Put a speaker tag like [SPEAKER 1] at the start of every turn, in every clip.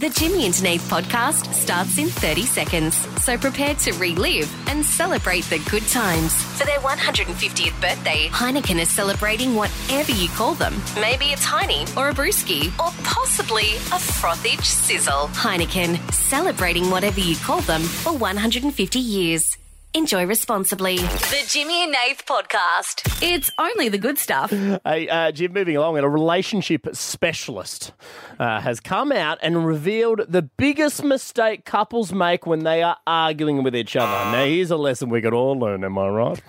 [SPEAKER 1] The Jimmy and Nate podcast starts in 30 seconds. So prepare to relive and celebrate the good times. For their 150th birthday, Heineken is celebrating whatever you call them. Maybe it's Heine or a brewski or possibly a frothage sizzle. Heineken, celebrating whatever you call them for 150 years. Enjoy responsibly. The Jimmy and Nath podcast. It's only the good stuff.
[SPEAKER 2] Hey, uh, Jim, moving along, and a relationship specialist uh, has come out and revealed the biggest mistake couples make when they are arguing with each other. Now, here's a lesson we could all learn, am I right?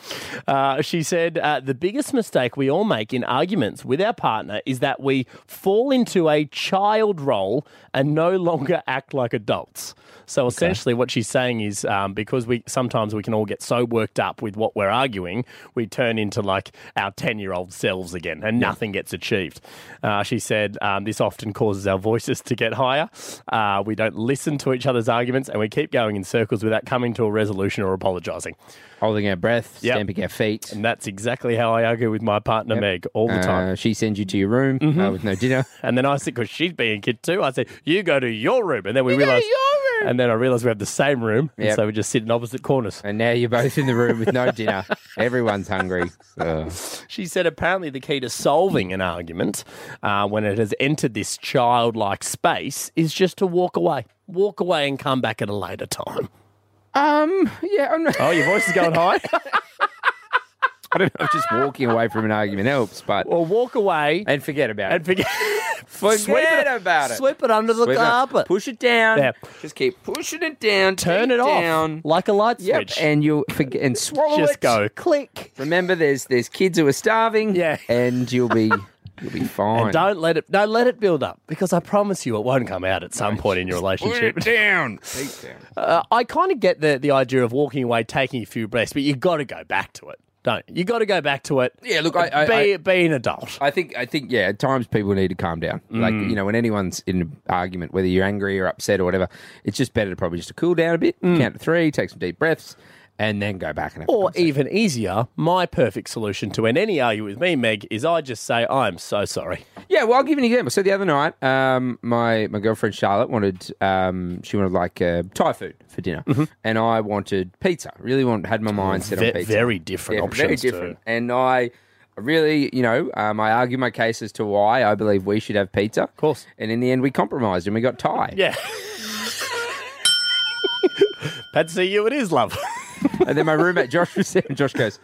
[SPEAKER 2] Uh, she said, uh, The biggest mistake we all make in arguments with our partner is that we fall into a child role and no longer act like adults. So essentially, what she's saying is um, because we sometimes we can all get so worked up with what we're arguing, we turn into like our ten-year-old selves again, and nothing gets achieved. Uh, she said um, this often causes our voices to get higher. Uh, we don't listen to each other's arguments, and we keep going in circles without coming to a resolution or apologising.
[SPEAKER 3] Holding our breath,
[SPEAKER 2] Yep.
[SPEAKER 3] stamping our feet.
[SPEAKER 2] And that's exactly how I argue with my partner Meg all the time.
[SPEAKER 3] Uh, she sends you to your room uh, with no dinner.
[SPEAKER 2] Mm-hmm. And then I said, because she'd be in kid too, I said, you go to your room. And then we realised. And then I realised we have the same room. and
[SPEAKER 3] Yep.
[SPEAKER 2] So we just sit in opposite corners.
[SPEAKER 3] And now you're both in the room with no dinner. Everyone's hungry. Ugh.
[SPEAKER 2] She said apparently the key to solving an argument uh, when it has entered this childlike space is just to walk away. Walk away and come back at a later time.
[SPEAKER 3] Um, yeah, I'm not,
[SPEAKER 2] Oh, your voice is going high.
[SPEAKER 3] I don't know if just walking away from an argument helps, but
[SPEAKER 2] well, walk away
[SPEAKER 3] and forget about
[SPEAKER 2] and
[SPEAKER 3] it.
[SPEAKER 2] forget,
[SPEAKER 3] Forget
[SPEAKER 2] sweep
[SPEAKER 3] about it.
[SPEAKER 2] Sweep it under the
[SPEAKER 3] Sweep it up.
[SPEAKER 2] carpet.
[SPEAKER 3] Push it down.
[SPEAKER 2] Yeah.
[SPEAKER 3] Just keep pushing it down.
[SPEAKER 2] Turn
[SPEAKER 3] take
[SPEAKER 2] it off
[SPEAKER 3] down.
[SPEAKER 2] like a light
[SPEAKER 3] Yep,
[SPEAKER 2] switch.
[SPEAKER 3] and you'll forget and swallow
[SPEAKER 2] just
[SPEAKER 3] it.
[SPEAKER 2] go click.
[SPEAKER 3] Remember, there's there's kids who are starving.
[SPEAKER 2] Yeah.
[SPEAKER 3] and you'll be you'll be fine.
[SPEAKER 2] And don't let it don't let it build up because I promise you it won't come out at some point in your relationship.
[SPEAKER 3] down. Take down.
[SPEAKER 2] Uh, I kind of get the the idea of walking away, taking a few breaths, but you got to go back to it, don't you? You got to go back to it.
[SPEAKER 3] Yeah, look, I- I-
[SPEAKER 2] be, be an adult. Mm.
[SPEAKER 3] I think I think yeah. At times people need to calm down. Like you know, when anyone's in an argument, whether you're angry or upset or whatever, it's just better to probably just to cool down a bit,
[SPEAKER 2] Mm.
[SPEAKER 3] count to three, take some deep breaths, and then go back and have a
[SPEAKER 2] Or
[SPEAKER 3] conversation.
[SPEAKER 2] even easier, my perfect solution to end any argument with me, Meg, is I just say I'm so sorry.
[SPEAKER 3] Yeah, well, I'll give you an example. So the other night, um, my my girlfriend Charlotte wanted um, she wanted like uh, Thai food for dinner, and I wanted pizza. Really want had my mind set
[SPEAKER 2] Mm-hmm. Ve-
[SPEAKER 3] on pizza.
[SPEAKER 2] very different
[SPEAKER 3] Yeah,
[SPEAKER 2] options.
[SPEAKER 3] Very different. And I really, you know, um, I argue my case as to why I believe we should have pizza. Of
[SPEAKER 2] course.
[SPEAKER 3] And in the end, we compromised and we got Thai.
[SPEAKER 2] To, yeah. Patsy, you it is, love.
[SPEAKER 3] And then my roommate Josh was there, and Josh goes,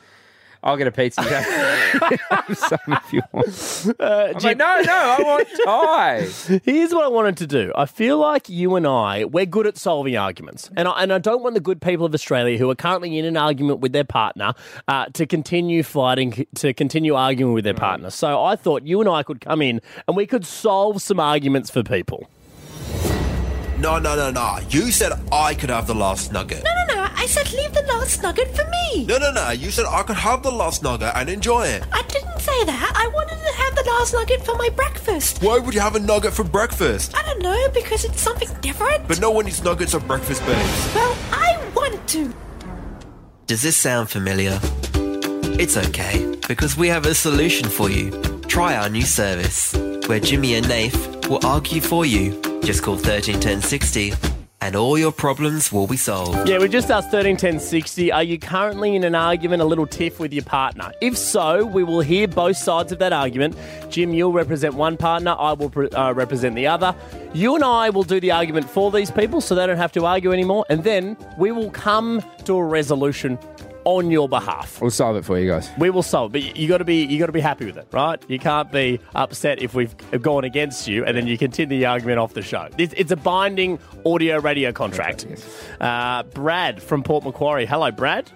[SPEAKER 3] "I'll get a pizza. You can have Some if you want."
[SPEAKER 2] Uh,
[SPEAKER 3] I'm like,
[SPEAKER 2] Jim-
[SPEAKER 3] no, no, I want Thai.
[SPEAKER 2] Here's what I wanted to do. I feel like you and I, we're good at solving arguments. And I, and I don't want the good people of Australia who are currently in an argument with their partner uh, to continue fighting, to continue arguing with their partner. So I thought you and I could come in and we could solve some arguments for people.
[SPEAKER 4] No, no, no, no. You said I could have the last nugget.
[SPEAKER 5] No, no, I said leave the last nugget for me.
[SPEAKER 4] No, no, no. You said I could have the last nugget and enjoy it.
[SPEAKER 5] I didn't say that. I wanted to have the last nugget for my breakfast.
[SPEAKER 4] Why would you have a nugget for breakfast?
[SPEAKER 5] I don't know, because it's something different.
[SPEAKER 4] But no one eats nuggets or breakfast babes.
[SPEAKER 5] well, I want to.
[SPEAKER 6] Does this sound familiar? It's okay, because we have a solution for you. Try our new service, where Jimmy and Nath will argue for you. Just call 131060 and all your problems will be solved.
[SPEAKER 2] Yeah, we just asked 131060. Are you currently in an argument, a little tiff with your partner? If so, we will hear both sides of that argument. Jim, you'll represent one partner, I will pre- uh, represent the other. You and I will do the argument for these people so they don't have to argue anymore, and then we will come to a resolution on your behalf.
[SPEAKER 3] We'll solve it for you guys.
[SPEAKER 2] We will solve, but you- you got to be you got to be happy with it, right? You can't be upset if we've gone against you, and then you continue the argument off the show. It's, it's a binding audio radio contract. Uh, Brad from Port Macquarie, hello, Brad.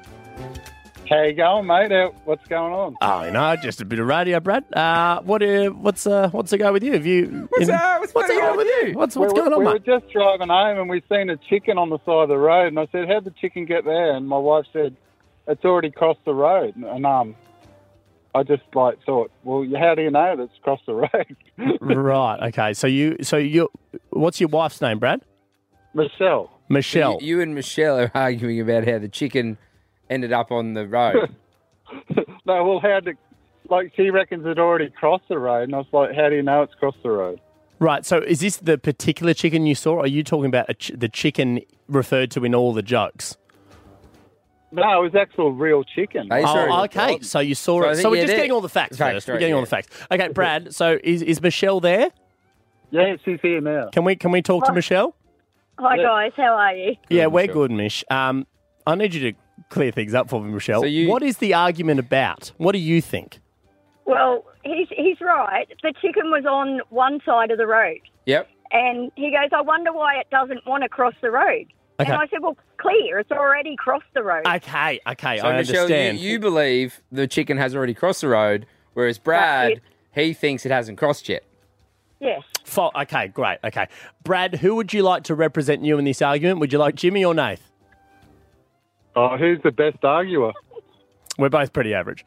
[SPEAKER 7] How you going, mate? How, what's going on?
[SPEAKER 2] Oh, you know, just a bit of radio, Brad. Uh, what uh, what's uh, what's the go with you? Have you
[SPEAKER 3] What's, uh, what's going on with you?
[SPEAKER 2] What's what's
[SPEAKER 7] we, were-
[SPEAKER 2] going on,
[SPEAKER 7] We
[SPEAKER 2] mate?
[SPEAKER 7] were just driving home and we seen a chicken on the side of the road, and I said, "How'd the chicken get there?" And my wife said, "It's already crossed the road." And um, I just like thought, "Well, how do you know that it's crossed the road?"
[SPEAKER 2] right. Okay. So you so you what's your wife's name, Brad?
[SPEAKER 7] Michelle,
[SPEAKER 2] Michelle.
[SPEAKER 3] You, you and Michelle are arguing about how the chicken ended up on the road.
[SPEAKER 7] no, well, how did like she reckons it already crossed the road, and I was like, "How do you know it's crossed the road?"
[SPEAKER 2] Right. So is this the particular chicken you saw? Or are you talking about a ch- the chicken referred to in all the jokes?
[SPEAKER 7] No, it was actual real chicken.
[SPEAKER 3] They saw
[SPEAKER 2] Oh,
[SPEAKER 3] it.
[SPEAKER 2] okay. So you saw
[SPEAKER 3] So I
[SPEAKER 2] it.
[SPEAKER 3] think,
[SPEAKER 2] So we're
[SPEAKER 3] yeah,
[SPEAKER 2] just
[SPEAKER 3] there-
[SPEAKER 2] getting all the facts,
[SPEAKER 3] Facts,
[SPEAKER 2] first. We're
[SPEAKER 3] right,
[SPEAKER 2] getting all
[SPEAKER 3] yeah.
[SPEAKER 2] the facts. Okay, Brad. So is, is Michelle there?
[SPEAKER 7] Yeah, she's here now.
[SPEAKER 2] Can we can we talk to Michelle?
[SPEAKER 8] Hi guys, how are you?
[SPEAKER 2] yeah, we're
[SPEAKER 3] Michelle.
[SPEAKER 2] good, Mish. Um, I need you to clear things up for me, Michelle.
[SPEAKER 3] So you-
[SPEAKER 2] What is the argument about? What do you think?
[SPEAKER 8] Well, he's he's right. The chicken was on one side of the road,
[SPEAKER 3] Yep.
[SPEAKER 8] and he goes, "I wonder why it doesn't want to cross the road."
[SPEAKER 2] Okay.
[SPEAKER 8] And I said, "Well, clear. It's already crossed the road."
[SPEAKER 2] Okay, okay,
[SPEAKER 3] So
[SPEAKER 2] I
[SPEAKER 3] Michelle, you,
[SPEAKER 2] understand.
[SPEAKER 3] you believe the chicken has already crossed the road, whereas Brad,
[SPEAKER 8] it.
[SPEAKER 3] he thinks it hasn't crossed yet.
[SPEAKER 8] yes.
[SPEAKER 2] Fo- okay, great. Okay, Brad, who would you like to represent you in this argument? Would you like Jimmy or Nath?
[SPEAKER 7] Oh, who's the best arguer?
[SPEAKER 2] We're both pretty average.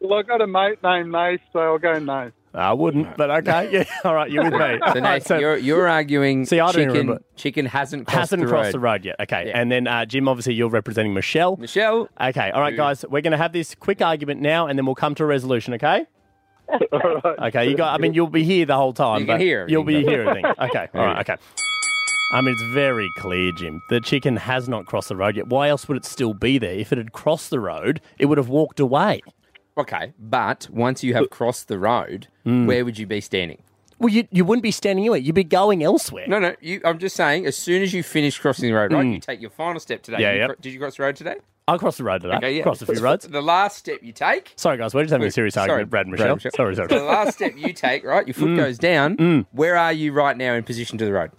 [SPEAKER 7] Well, I got a mate named Nath, so I'll go Nath.
[SPEAKER 2] I wouldn't, but okay. Yeah, all right, you're with me.
[SPEAKER 3] So,
[SPEAKER 2] All right,
[SPEAKER 3] Nathan, you're, you're arguing
[SPEAKER 2] See, I don't
[SPEAKER 3] chicken,
[SPEAKER 2] remember.
[SPEAKER 3] chicken hasn't crossed
[SPEAKER 2] hasn't
[SPEAKER 3] the
[SPEAKER 2] crossed
[SPEAKER 3] road.
[SPEAKER 2] the road yet. Okay,
[SPEAKER 3] Yeah.
[SPEAKER 2] and then uh, Jim, obviously, you're representing Michelle.
[SPEAKER 3] Michelle,
[SPEAKER 2] Okay, all right, guys, we're going to have this quick argument now, and then we'll come to a resolution. Okay.
[SPEAKER 7] All right.
[SPEAKER 2] Okay, you got. I mean, you'll be here the whole time.
[SPEAKER 3] You can
[SPEAKER 2] but
[SPEAKER 3] hear
[SPEAKER 2] You'll be
[SPEAKER 3] everything,
[SPEAKER 2] here. Everything. Okay. All
[SPEAKER 3] Yeah.
[SPEAKER 2] right. Okay. I mean, it's very clear, Jim. The chicken has not crossed the road yet. Why else would it still be there? If it had crossed the road, it would have walked away.
[SPEAKER 3] okay, but once you have crossed the road,
[SPEAKER 2] Mm.
[SPEAKER 3] where would you be standing?
[SPEAKER 2] Well, you, you wouldn't be standing anywhere. You'd be going elsewhere.
[SPEAKER 3] No, no, you, I'm just saying, as soon as you finish crossing the road, right, you take your final step today.
[SPEAKER 2] Mm. Yeah,
[SPEAKER 3] You
[SPEAKER 2] yep.
[SPEAKER 3] cro- Did you cross the road today?
[SPEAKER 2] I crossed the road today.
[SPEAKER 3] Okay, yeah.
[SPEAKER 2] Crossed a few roads.
[SPEAKER 3] The last step you take
[SPEAKER 2] Sorry, guys. We're just having a serious
[SPEAKER 3] Sorry,
[SPEAKER 2] argument, Brad and Michelle.
[SPEAKER 3] Michelle.
[SPEAKER 2] Sorry,
[SPEAKER 3] So the
[SPEAKER 2] sorry.
[SPEAKER 3] last step you take, right? Your foot
[SPEAKER 2] Mm.
[SPEAKER 3] goes down. Where are you right now in position to the road?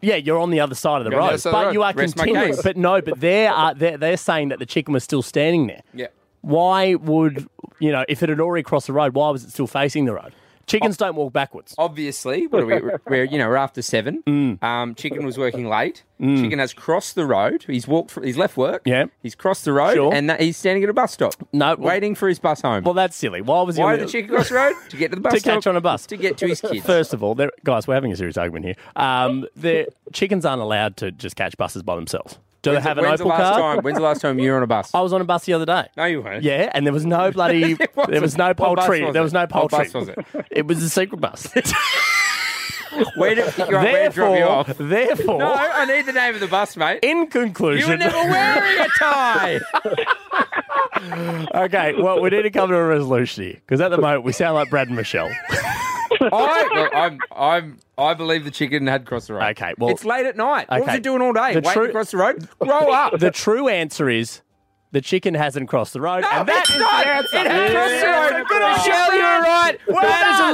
[SPEAKER 2] yeah, you're on the other side of the
[SPEAKER 3] You're on the
[SPEAKER 2] road,
[SPEAKER 3] other side of the
[SPEAKER 2] but
[SPEAKER 3] road.
[SPEAKER 2] you are
[SPEAKER 3] Rest my
[SPEAKER 2] continuing.
[SPEAKER 3] case.
[SPEAKER 2] But no, but they are they're, they're saying that the chicken was still standing there.
[SPEAKER 3] Yeah.
[SPEAKER 2] Why would you know if it had already crossed the road? Why was it still facing the road? Chickens don't walk backwards. Mm.
[SPEAKER 3] Obviously, what are we? We're you know we're after seven. Um, chicken was working late. Chicken has crossed the road. He's walked. fr he's left work.
[SPEAKER 2] Yeah.
[SPEAKER 3] He's crossed the road,
[SPEAKER 2] Sure.
[SPEAKER 3] and that, he's standing at a bus stop.
[SPEAKER 2] No, well-
[SPEAKER 3] waiting for his bus home.
[SPEAKER 2] Well, that's silly. Why was he
[SPEAKER 3] Why
[SPEAKER 2] on
[SPEAKER 3] did the chicken cross the road to get to the bus
[SPEAKER 2] to
[SPEAKER 3] stop
[SPEAKER 2] catch on a bus?
[SPEAKER 3] to get to his kids?
[SPEAKER 2] First of all, there- guys, we're having a serious argument here. Um, the chickens aren't allowed to just catch buses by themselves. Do they have an
[SPEAKER 3] when's the
[SPEAKER 2] Opal
[SPEAKER 3] last
[SPEAKER 2] car?
[SPEAKER 3] time? When's the last time you were on a bus?
[SPEAKER 2] I was on a bus the other day.
[SPEAKER 3] no, you weren't.
[SPEAKER 2] Yeah, and there was no bloody, there was no
[SPEAKER 3] What bus
[SPEAKER 2] poultry.
[SPEAKER 3] was
[SPEAKER 2] there
[SPEAKER 3] it?
[SPEAKER 2] was no
[SPEAKER 3] What
[SPEAKER 2] poultry.
[SPEAKER 3] bus was it?
[SPEAKER 2] It was a secret bus.
[SPEAKER 3] Where did pick you up? Where to drop you
[SPEAKER 2] therefore,
[SPEAKER 3] off?
[SPEAKER 2] therefore,
[SPEAKER 3] No, I need the name of the bus, mate.
[SPEAKER 2] in
[SPEAKER 3] You were
[SPEAKER 2] conclusion,
[SPEAKER 3] never wearing a tie.
[SPEAKER 2] okay. Well, we need to come to a resolution here because at the moment we sound like Brad and Michelle.
[SPEAKER 3] I, well, I'm, I'm, I believe the chicken had crossed the road.
[SPEAKER 2] Okay, well-
[SPEAKER 3] it's late at night. What was
[SPEAKER 2] Okay.
[SPEAKER 3] it doing all day?
[SPEAKER 2] The
[SPEAKER 3] Waiting
[SPEAKER 2] tru-
[SPEAKER 3] to cross the road. Grow up.
[SPEAKER 2] the true answer is the chicken hasn't crossed the road,
[SPEAKER 3] No,
[SPEAKER 2] and that
[SPEAKER 3] it's
[SPEAKER 2] is
[SPEAKER 3] not.
[SPEAKER 2] the answer.
[SPEAKER 3] It had crossed the
[SPEAKER 2] Yeah.
[SPEAKER 3] road. Michelle, you were right. Well Brad is a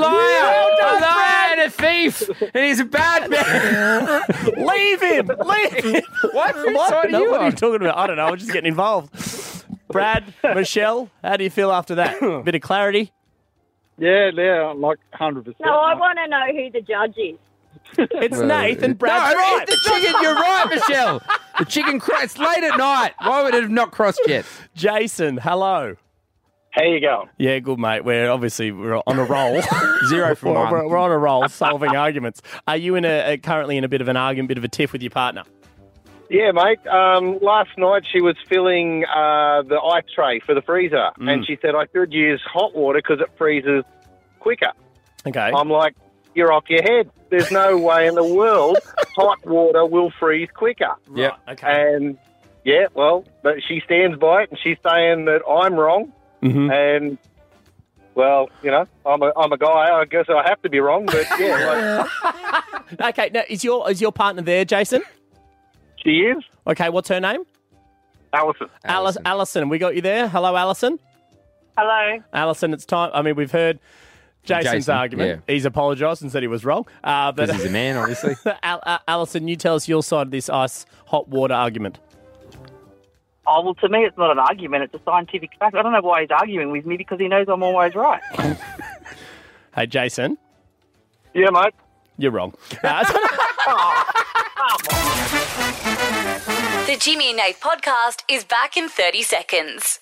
[SPEAKER 3] liar, a liar, and a thief, and he's a bad man.
[SPEAKER 2] Leave him. Leave him.
[SPEAKER 3] what? What side
[SPEAKER 2] No,
[SPEAKER 3] are you
[SPEAKER 2] what are
[SPEAKER 3] on?
[SPEAKER 2] you talking about? I don't know. I'm just getting involved. Brad, Michelle, how do you feel after that? Bit of clarity.
[SPEAKER 7] Yeah, yeah, like 100%.
[SPEAKER 8] No, I want to know who the judge is.
[SPEAKER 2] It's Nath
[SPEAKER 3] no,
[SPEAKER 2] and Brad's right.
[SPEAKER 3] it's the chicken. You're right, Michelle. The chicken. Cro- it's late at night. Why would it have not crossed yet?
[SPEAKER 2] Jason, hello.
[SPEAKER 9] How you going?
[SPEAKER 2] Yeah, good mate. We're obviously we're on a roll.
[SPEAKER 3] Zero from
[SPEAKER 2] we're,
[SPEAKER 3] one.
[SPEAKER 2] we're, we're on a roll solving arguments. Are you in a, a currently in a bit of an argument, bit of a tiff with your partner?
[SPEAKER 9] Yeah, mate. Um, last night she was filling uh, the ice tray for the freezer, and she said I could use hot water because it freezes quicker.
[SPEAKER 2] Okay.
[SPEAKER 9] I'm like, you're off your head. There's no way in the world hot water will freeze quicker.
[SPEAKER 3] Yeah.
[SPEAKER 2] Right, okay.
[SPEAKER 9] And yeah, well, but she stands by it, and she's saying that I'm wrong.
[SPEAKER 2] Mhm.
[SPEAKER 9] And well, you know, I'm a I'm a guy. I guess I have to be wrong, but yeah, like,
[SPEAKER 2] Okay. Now is your is your partner there, Jason?
[SPEAKER 9] she is
[SPEAKER 2] Okay. What's her name?
[SPEAKER 9] Alison.
[SPEAKER 2] Alice. Alison. We got you there. Hello, Alison.
[SPEAKER 8] Hello.
[SPEAKER 2] Alison, it's time. I mean, we've heard Jason's
[SPEAKER 3] Jason,
[SPEAKER 2] argument. He's apologised and said he was wrong. Uh, but
[SPEAKER 3] This is a man, obviously.
[SPEAKER 2] Al- uh, Alison, you tell us your side of this ice hot water argument.
[SPEAKER 10] Oh, well, to me, it's not an argument. It's a scientific fact. I don't know why he's arguing with me because he knows I'm always right.
[SPEAKER 2] Hey, Jason,
[SPEAKER 9] Yeah, mate.
[SPEAKER 2] you're wrong. Uh,
[SPEAKER 1] The Jimmy and Nath podcast is back in 30 seconds.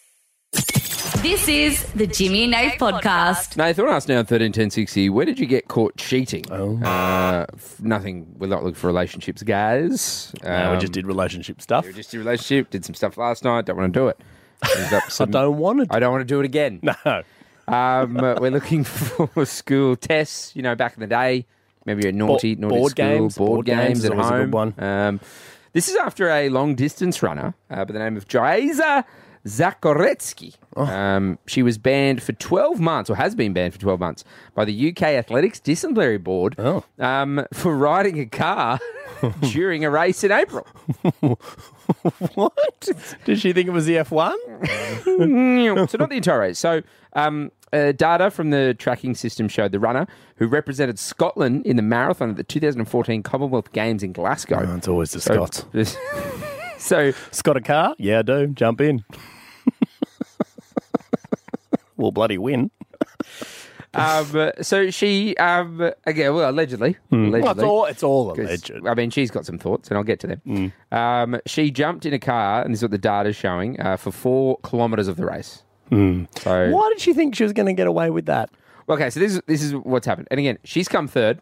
[SPEAKER 11] This is the Jimmy and Nath podcast.
[SPEAKER 3] Nathan, I want to ask now, thirteen ten sixty. Where did you get caught cheating? Oh, uh, f- nothing. We're not looking for relationships, guys.
[SPEAKER 2] no, we
[SPEAKER 3] Um,
[SPEAKER 2] just did relationship stuff.
[SPEAKER 3] we just did relationship. Did some stuff last night. Don't want to do it. Ends up
[SPEAKER 2] I
[SPEAKER 3] some-
[SPEAKER 2] don't want to.
[SPEAKER 3] I don't want to do it again.
[SPEAKER 2] No.
[SPEAKER 3] Um, uh, we're looking for school tests. You know, back in the day, maybe you're naughty,
[SPEAKER 2] Bo-
[SPEAKER 3] naughty
[SPEAKER 2] board
[SPEAKER 3] school,
[SPEAKER 2] games.
[SPEAKER 3] board,
[SPEAKER 2] Board games
[SPEAKER 3] games,
[SPEAKER 2] is
[SPEAKER 3] at
[SPEAKER 2] always a good
[SPEAKER 3] home.
[SPEAKER 2] one.
[SPEAKER 3] Um, this is after a long distance runner uh, by the name of Jaiza Zakoretsky. Um, she was banned for 12 months, or has been banned for 12 months, by the UK Athletics Disciplinary Board um, for riding a car during a race in April.
[SPEAKER 2] what? Did she think it was the F1?
[SPEAKER 3] Mm. so not the entire race. So um, uh, data from the tracking system showed the runner who represented Scotland in the marathon at the 2014 Commonwealth Games in Glasgow.
[SPEAKER 2] it's Oh, always the
[SPEAKER 3] So-
[SPEAKER 2] Scots.
[SPEAKER 3] so,
[SPEAKER 2] Scott a car? Yeah, I do. Jump in. we'll bloody win.
[SPEAKER 3] um, uh, so she um, again, well, allegedly,
[SPEAKER 2] Hmm.
[SPEAKER 3] allegedly
[SPEAKER 2] Well, it's all- it's all
[SPEAKER 3] 'cause,
[SPEAKER 2] alleged. Hmm.
[SPEAKER 3] I mean, she's got some thoughts, and I'll get to them. Um, she jumped in a car, and this is what the data's showing uh, for four kilometres of the race.
[SPEAKER 2] Hmm.
[SPEAKER 3] So
[SPEAKER 2] Why did she think she was going to get away with that?
[SPEAKER 3] Okay, so this is this is what's happened, and again, she's come third.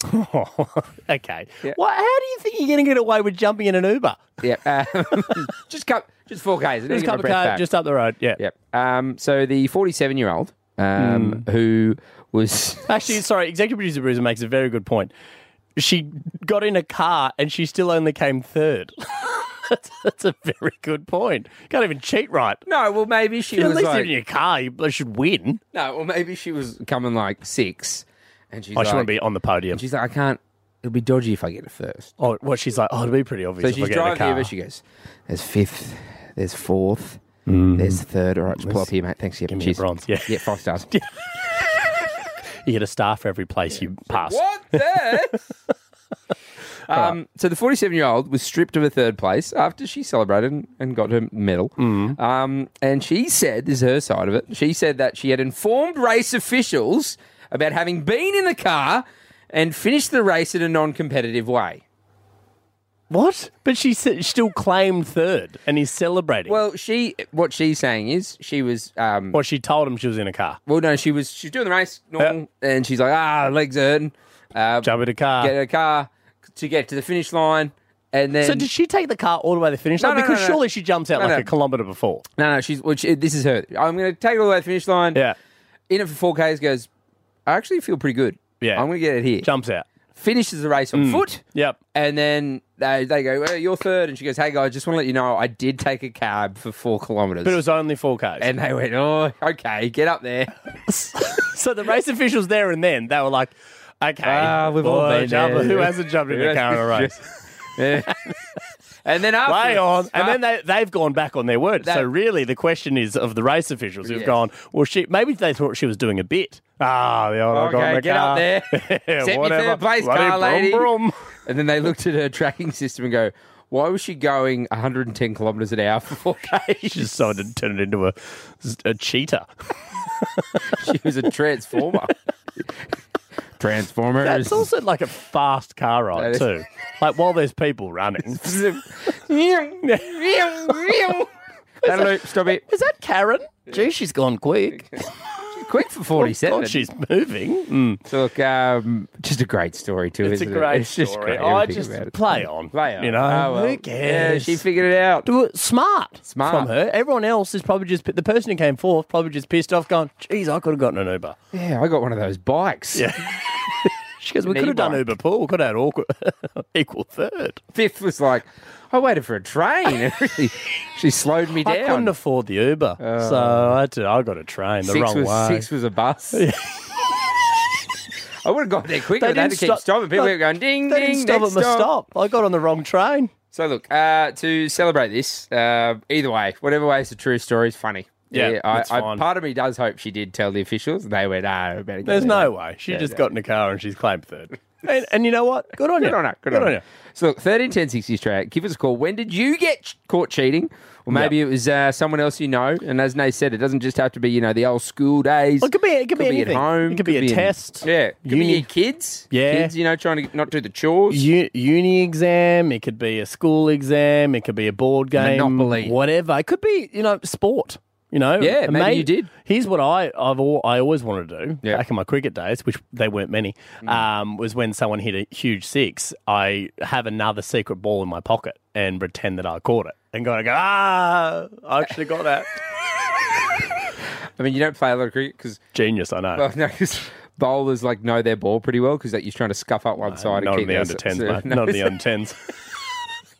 [SPEAKER 2] okay. Why, how do you think you're going to get away with jumping in an Uber?
[SPEAKER 3] Yeah. Um, just come, just four k's.
[SPEAKER 2] Just couple of cars, just up the road. Yeah.
[SPEAKER 3] Yep. Um, so the 47 year old um, who was
[SPEAKER 2] Hmm. Actually, sorry, executive producer Bruiser makes a very good point. She got in a car and she still only came third. that's, that's a very good point. Can't even cheat right.
[SPEAKER 3] No, well, maybe she
[SPEAKER 2] At
[SPEAKER 3] was
[SPEAKER 2] least
[SPEAKER 3] like-
[SPEAKER 2] in your car, you bloody should win.
[SPEAKER 3] no, well maybe she was coming like six, and she's
[SPEAKER 2] oh,
[SPEAKER 3] like,
[SPEAKER 2] she want to be on the podium.
[SPEAKER 3] She's like, I can't. It'll be dodgy if I get it first.
[SPEAKER 2] Oh, well, she's like, oh, it'll be pretty obvious.
[SPEAKER 3] So
[SPEAKER 2] if I
[SPEAKER 3] she's
[SPEAKER 2] get in a
[SPEAKER 3] driving here,
[SPEAKER 2] car.
[SPEAKER 3] but she goes, "There's fifth, there's fourth, there's third. All right, just pull up here, mate. Thanks. Yep,
[SPEAKER 2] Mm. give me a
[SPEAKER 3] cheers.
[SPEAKER 2] bronze, yeah.
[SPEAKER 3] yeah, five stars.
[SPEAKER 2] You get a star for every place you pass.
[SPEAKER 3] What the? um, So the 47 year old was stripped of her third place after she celebrated and, and got her medal.
[SPEAKER 2] Mm.
[SPEAKER 3] Um, and she said, this is her side of it, she said that she had informed race officials about having been in the car and finished the race in a non competitive way.
[SPEAKER 2] What? But she s- still claimed third and he's celebrating.
[SPEAKER 3] Well, she, what she's saying is she was. Um,
[SPEAKER 2] Well, she told him she was in a car. Uh,
[SPEAKER 3] Well, no, she was she was doing the race normal, and she's like, ah, legs hurting. Uh,
[SPEAKER 2] Jump in a car.
[SPEAKER 3] Get in a car to get to the finish line, and then
[SPEAKER 2] so did she take the car all the way to the finish
[SPEAKER 3] No,
[SPEAKER 2] line?
[SPEAKER 3] no, no,
[SPEAKER 2] because
[SPEAKER 3] no.
[SPEAKER 2] surely she jumps out
[SPEAKER 3] No,
[SPEAKER 2] like
[SPEAKER 3] no.
[SPEAKER 2] a kilometre before.
[SPEAKER 3] No, no, she's. Well, she, this is her. I'm going to take it all the way to the finish line.
[SPEAKER 2] Yeah.
[SPEAKER 3] In it for four k's. Goes. I actually feel pretty good.
[SPEAKER 2] Yeah.
[SPEAKER 3] I'm going to get it here.
[SPEAKER 2] Jumps out.
[SPEAKER 3] Finishes the race on
[SPEAKER 2] Mm.
[SPEAKER 3] foot.
[SPEAKER 2] Yep.
[SPEAKER 3] And then they, they go, well, you're third. And she goes, hey, guys, just want to let you know I did take a cab for four kilometres.
[SPEAKER 2] But it was only 4Ks.
[SPEAKER 3] and they went, oh, okay, get up there.
[SPEAKER 2] so the race officials there and then, they were like, okay.
[SPEAKER 3] Ah, we've all
[SPEAKER 2] boy,
[SPEAKER 3] been
[SPEAKER 2] jump-
[SPEAKER 3] there.
[SPEAKER 2] Who hasn't jumped in
[SPEAKER 3] Who
[SPEAKER 2] a car in a
[SPEAKER 3] hasn't-
[SPEAKER 2] race?
[SPEAKER 3] Yeah. and then after.
[SPEAKER 2] Play on. And then they, they've gone back on their word. so
[SPEAKER 3] That-
[SPEAKER 2] really the question is of the race officials who've
[SPEAKER 3] Yes.
[SPEAKER 2] gone, well, she maybe they thought she was doing a bit. Ah, the old I got in
[SPEAKER 3] Okay,
[SPEAKER 2] the
[SPEAKER 3] get up
[SPEAKER 2] car.
[SPEAKER 3] there.
[SPEAKER 2] Yeah,
[SPEAKER 3] Set me
[SPEAKER 2] whatever.
[SPEAKER 3] third place,
[SPEAKER 2] Bloody
[SPEAKER 3] car
[SPEAKER 2] brum,
[SPEAKER 3] lady.
[SPEAKER 2] brum.
[SPEAKER 3] And then they looked at her tracking system and go, why was she going 110 kilometres an hour for four k's?
[SPEAKER 2] She decided to turn it into a, a cheetah.
[SPEAKER 3] she was a transformer. Transformers.
[SPEAKER 2] That's also like a fast car ride
[SPEAKER 3] That
[SPEAKER 2] too.
[SPEAKER 3] is-
[SPEAKER 2] Like while there's people running. Is
[SPEAKER 3] That'll do. Stop it.
[SPEAKER 2] that Karen? Gee, she's gone quick.
[SPEAKER 3] Quick for
[SPEAKER 2] Oh, God,
[SPEAKER 3] 47.
[SPEAKER 2] she's moving. Hmm.
[SPEAKER 3] So look, um, just a great story too.
[SPEAKER 2] It's a
[SPEAKER 3] isn't
[SPEAKER 2] great
[SPEAKER 3] it? It's just
[SPEAKER 2] story.
[SPEAKER 3] Great.
[SPEAKER 2] I
[SPEAKER 3] everything
[SPEAKER 2] just
[SPEAKER 3] about it.
[SPEAKER 2] play on.
[SPEAKER 3] Play on.
[SPEAKER 2] You know,
[SPEAKER 3] Ah, well,
[SPEAKER 2] who cares?
[SPEAKER 3] Yeah, she figured it out.
[SPEAKER 2] Do it smart,
[SPEAKER 3] Smart.
[SPEAKER 2] from her. Everyone else is probably just the person who came forth probably just pissed off, going, "Geez, I could have gotten an Uber."
[SPEAKER 3] Yeah, I got one of those bikes.
[SPEAKER 2] Yeah. She goes, "We
[SPEAKER 3] An
[SPEAKER 2] could have done
[SPEAKER 3] e-bike.
[SPEAKER 2] Uber pool. Could have had awkward equal third.
[SPEAKER 3] Fifth was like, I waited for a train. and really, she slowed me down. Uh,
[SPEAKER 2] I couldn't afford the Uber, so I, had to, I got a train the
[SPEAKER 3] six
[SPEAKER 2] wrong
[SPEAKER 3] was
[SPEAKER 2] way.
[SPEAKER 3] six was a bus. I would have got there quicker.
[SPEAKER 2] They
[SPEAKER 3] They, they had to
[SPEAKER 2] didn't
[SPEAKER 3] keep
[SPEAKER 2] stop-
[SPEAKER 3] stopping. People
[SPEAKER 2] no,
[SPEAKER 3] were going ding,
[SPEAKER 2] They
[SPEAKER 3] ding,
[SPEAKER 2] didn't stop
[SPEAKER 3] next
[SPEAKER 2] at my stop. I got on the wrong train.
[SPEAKER 3] So look, uh, to celebrate this, uh, either way, whatever way it's a true story, it's funny.
[SPEAKER 2] Yeah,
[SPEAKER 3] I,
[SPEAKER 2] that's
[SPEAKER 3] I,
[SPEAKER 2] fine.
[SPEAKER 3] part of me does hope she did tell the officials. and They went, ah, we better go
[SPEAKER 2] There's
[SPEAKER 3] there."
[SPEAKER 2] no way. She
[SPEAKER 3] Yeah,
[SPEAKER 2] just
[SPEAKER 3] yeah.
[SPEAKER 2] got in a car and she's claimed third. And, and you know what? Good on
[SPEAKER 3] Good
[SPEAKER 2] you.
[SPEAKER 3] on her. Good, on, her. So look, 13 10 60 straight. Give us a call. When did you get ch- caught cheating? Or maybe it was uh, someone else you know. And as Nate said, it doesn't just have to be, you know, the old school days.
[SPEAKER 2] Well, it could be- it could be
[SPEAKER 3] at
[SPEAKER 2] anything.
[SPEAKER 3] home.
[SPEAKER 2] It could be a
[SPEAKER 3] in-
[SPEAKER 2] test,
[SPEAKER 3] yeah. It could
[SPEAKER 2] uni.
[SPEAKER 3] be your kids.
[SPEAKER 2] Yeah.
[SPEAKER 3] Kids, you know, trying to not do the chores.
[SPEAKER 2] U- uni exam. It could be a school exam. It could be a board game.
[SPEAKER 3] Monopoly.
[SPEAKER 2] Whatever. It could be you know sport. You know.
[SPEAKER 3] Yeah, maybe
[SPEAKER 2] Mate,
[SPEAKER 3] you did.
[SPEAKER 2] Here's what I I've all, I always wanted to do
[SPEAKER 3] Yeah. Mm.
[SPEAKER 2] back in my cricket days, which they weren't many. Um, was when someone hit a huge six. I have another secret ball in my pocket and pretend that I caught it and go, I go ah, I actually got that.
[SPEAKER 3] I mean, you don't play a lot of cricket because
[SPEAKER 2] genius. I know.
[SPEAKER 3] Well, no, 'cause bowlers like know their ball pretty well because that you're trying to scuff up one side and
[SPEAKER 2] Not
[SPEAKER 3] keep
[SPEAKER 2] in the
[SPEAKER 3] other
[SPEAKER 2] under
[SPEAKER 3] side-
[SPEAKER 2] tens,
[SPEAKER 3] so-
[SPEAKER 2] mate.
[SPEAKER 3] no,
[SPEAKER 2] Not in the
[SPEAKER 3] so-
[SPEAKER 2] under tens.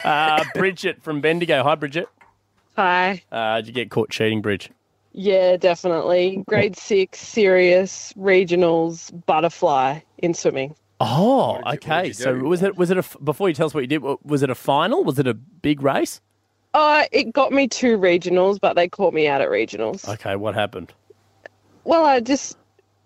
[SPEAKER 2] Uh, Bridget from Bendigo. Hi, Bridget.
[SPEAKER 12] Hi.
[SPEAKER 2] Uh, did you get caught cheating, Bridge?
[SPEAKER 12] Yeah, definitely. Grade six, serious regionals, butterfly in swimming.
[SPEAKER 2] Oh, okay. So was it was it a f- before you tell us what you did? wa- Was it a final? Was it a big race?
[SPEAKER 12] Uh, it got me two regionals, but they caught me out at regionals.
[SPEAKER 2] Okay, what happened?
[SPEAKER 12] Well, I just,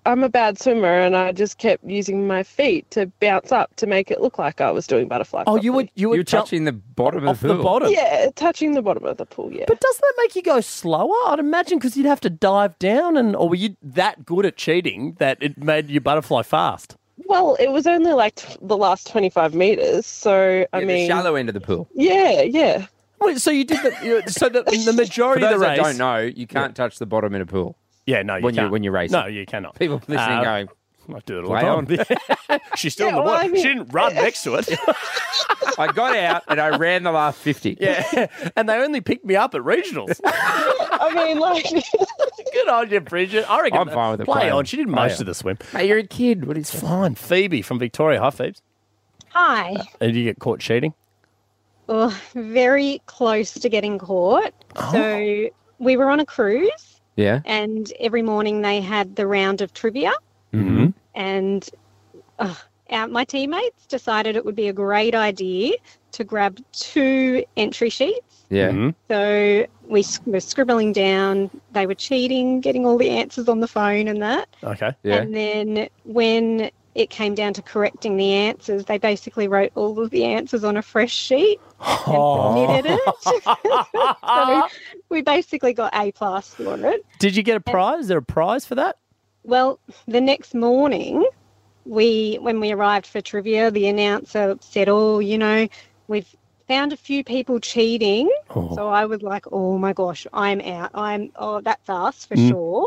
[SPEAKER 12] I'm a bad swimmer and I just kept using my feet to bounce up to make it look like I was doing butterfly.
[SPEAKER 2] Oh, you were you were
[SPEAKER 3] You're
[SPEAKER 2] jump-
[SPEAKER 3] touching the bottom
[SPEAKER 2] Off
[SPEAKER 3] of the
[SPEAKER 2] the
[SPEAKER 3] pool.
[SPEAKER 2] bottom.
[SPEAKER 12] Yeah, touching the bottom of the pool, yeah.
[SPEAKER 2] But doesn't that make you go slower? I'd imagine because you'd have to dive down, and or were you that good at cheating that it made you butterfly fast?
[SPEAKER 12] Well, it was only like t- the last 25 meters, so I
[SPEAKER 3] Yeah,
[SPEAKER 12] mean.
[SPEAKER 3] the shallow end of the pool.
[SPEAKER 12] Yeah, yeah.
[SPEAKER 2] Wait, so you did the you- so the, the
[SPEAKER 3] For
[SPEAKER 2] majority
[SPEAKER 3] those
[SPEAKER 2] of the race.
[SPEAKER 3] that don't know, you can't touch the bottom in a pool.
[SPEAKER 2] Yeah, no, you
[SPEAKER 3] when you
[SPEAKER 2] can't.
[SPEAKER 3] when you're racing,
[SPEAKER 2] No, you cannot.
[SPEAKER 3] People listening
[SPEAKER 2] Uh,
[SPEAKER 3] going,
[SPEAKER 2] I do it all
[SPEAKER 3] play on.
[SPEAKER 2] the time. She's still in
[SPEAKER 12] Yeah,
[SPEAKER 2] the
[SPEAKER 12] well,
[SPEAKER 2] water.
[SPEAKER 12] I mean-
[SPEAKER 2] she didn't run next to it.
[SPEAKER 3] I got out and I ran the last fifty.
[SPEAKER 2] Yeah, and they only picked me up at regionals.
[SPEAKER 12] I mean, like.
[SPEAKER 2] Good on you, Bridget. I reckon.
[SPEAKER 3] I'm fine with it.
[SPEAKER 2] Play
[SPEAKER 3] Play
[SPEAKER 2] on.
[SPEAKER 3] on.
[SPEAKER 2] She did
[SPEAKER 3] Play
[SPEAKER 2] most
[SPEAKER 3] on.
[SPEAKER 2] of the swim.
[SPEAKER 3] Mate, you're a kid. What is
[SPEAKER 2] Fine. Phoebe from Victoria. Hi, Phoebes.
[SPEAKER 13] Hi.
[SPEAKER 2] Did you get caught cheating?
[SPEAKER 13] Well, very close to getting caught. So we were on a cruise,
[SPEAKER 3] Yeah.
[SPEAKER 13] and every morning they had the round of trivia,
[SPEAKER 3] Mm-hmm.
[SPEAKER 13] and uh, our, my teammates decided it would be a great idea to grab two entry sheets.
[SPEAKER 3] Yeah.
[SPEAKER 14] Mm-hmm.
[SPEAKER 13] So we sc- were scribbling down. They were cheating, getting all the answers on the phone and that.
[SPEAKER 2] Okay.
[SPEAKER 13] And then when it came down to correcting the answers, they basically wrote all of the answers on a fresh sheet
[SPEAKER 3] Oh.
[SPEAKER 13] and submitted it. so we basically got A plus for it.
[SPEAKER 2] Did you get a prize? Is there a prize for that?
[SPEAKER 13] Well, the next morning, we when we arrived for trivia, the announcer said, "Oh, you know, we've found a few people cheating." So I was like, "Oh my gosh, I'm out. I'm oh, that's us for
[SPEAKER 15] Mm.
[SPEAKER 13] sure."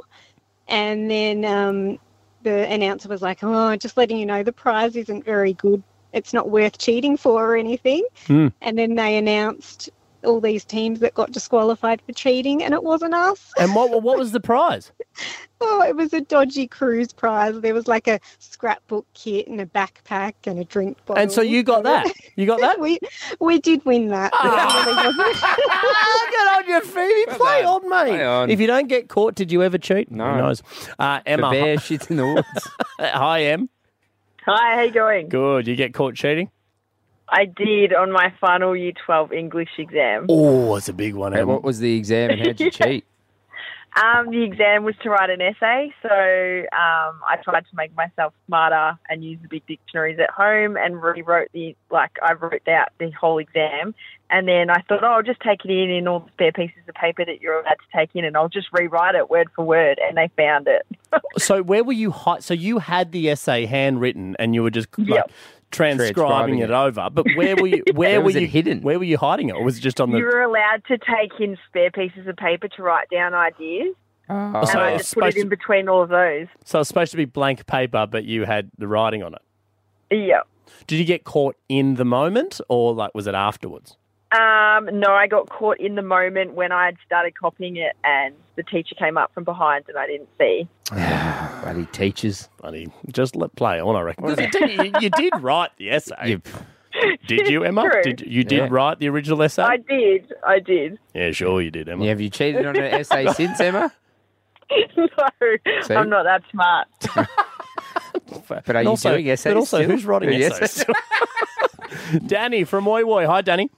[SPEAKER 13] And then um, the announcer was like, "Oh, just letting you know, the prize isn't very good. It's not worth cheating for or anything."
[SPEAKER 2] Mm.
[SPEAKER 13] And then they announced all these teams that got disqualified for cheating, and it wasn't us.
[SPEAKER 2] And what what was the prize?
[SPEAKER 13] Oh, it was a dodgy cruise prize. There was like a scrapbook kit and a backpack and a drink bottle.
[SPEAKER 2] And so you got that. Ah. You got that.
[SPEAKER 13] we we Oh, did win that.
[SPEAKER 2] Ah, Good on you, Phoebe. Play on, mate.
[SPEAKER 3] Play on.
[SPEAKER 2] If you don't get caught, did you ever cheat? No. Who knows? Uh, Emma.
[SPEAKER 3] bear
[SPEAKER 2] shits in the woods. Hi, Em.
[SPEAKER 16] Hi, how you going?
[SPEAKER 2] Good. You get caught cheating?
[SPEAKER 16] I did on my final year 12 English exam.
[SPEAKER 2] Oh, it's a big one. Em.
[SPEAKER 3] what was the exam and how'd you cheat?
[SPEAKER 16] Um, the exam was to write an essay, so um, I tried to make myself smarter and use the big dictionaries at home and rewrote the, like, I wrote out the whole exam. And then I thought, oh, I'll just take it in in all the spare pieces of paper that you're allowed to take in and I'll just rewrite it word for word. And they found it.
[SPEAKER 2] So where were you? Hi- so you had the essay handwritten, and you were just like, transcribing,
[SPEAKER 3] Transcribing
[SPEAKER 2] it,
[SPEAKER 3] it.
[SPEAKER 2] over. But where were you? Where
[SPEAKER 3] Where
[SPEAKER 2] were
[SPEAKER 3] was it
[SPEAKER 2] you hidden? Where were you hiding it? Or was it just on the?
[SPEAKER 16] you were allowed to take in spare pieces of paper to write down ideas. and
[SPEAKER 2] so
[SPEAKER 16] I
[SPEAKER 2] it's
[SPEAKER 16] just put it
[SPEAKER 2] supposed
[SPEAKER 16] in between all of those.
[SPEAKER 2] So it's supposed to be blank paper, but you had the writing on it.
[SPEAKER 16] Yeah.
[SPEAKER 2] Did you get caught in the moment, or like was it afterwards?
[SPEAKER 16] Um, no, I got caught in the moment when I had started copying it, and the teacher came up from behind, and I didn't see.
[SPEAKER 2] Bloody teachers. Bloody, just let play on, I reckon.
[SPEAKER 16] What
[SPEAKER 2] 'Cause
[SPEAKER 16] is
[SPEAKER 2] you, did, you, you did write the essay. Did you, Emma?
[SPEAKER 16] True.
[SPEAKER 2] Did you did
[SPEAKER 3] Yeah.
[SPEAKER 2] write the original essay?
[SPEAKER 16] I did. I did.
[SPEAKER 2] yeah, sure you did, Emma.
[SPEAKER 3] have you cheated on an essay since, Emma?
[SPEAKER 16] no,
[SPEAKER 3] See?
[SPEAKER 16] I'm not that smart.
[SPEAKER 3] But are
[SPEAKER 2] And
[SPEAKER 3] you
[SPEAKER 2] also-
[SPEAKER 3] doing essays?
[SPEAKER 2] But also,
[SPEAKER 3] still?
[SPEAKER 2] who's writing
[SPEAKER 3] Doing
[SPEAKER 2] essays? Danny from Oi Woi. Hi, Danny.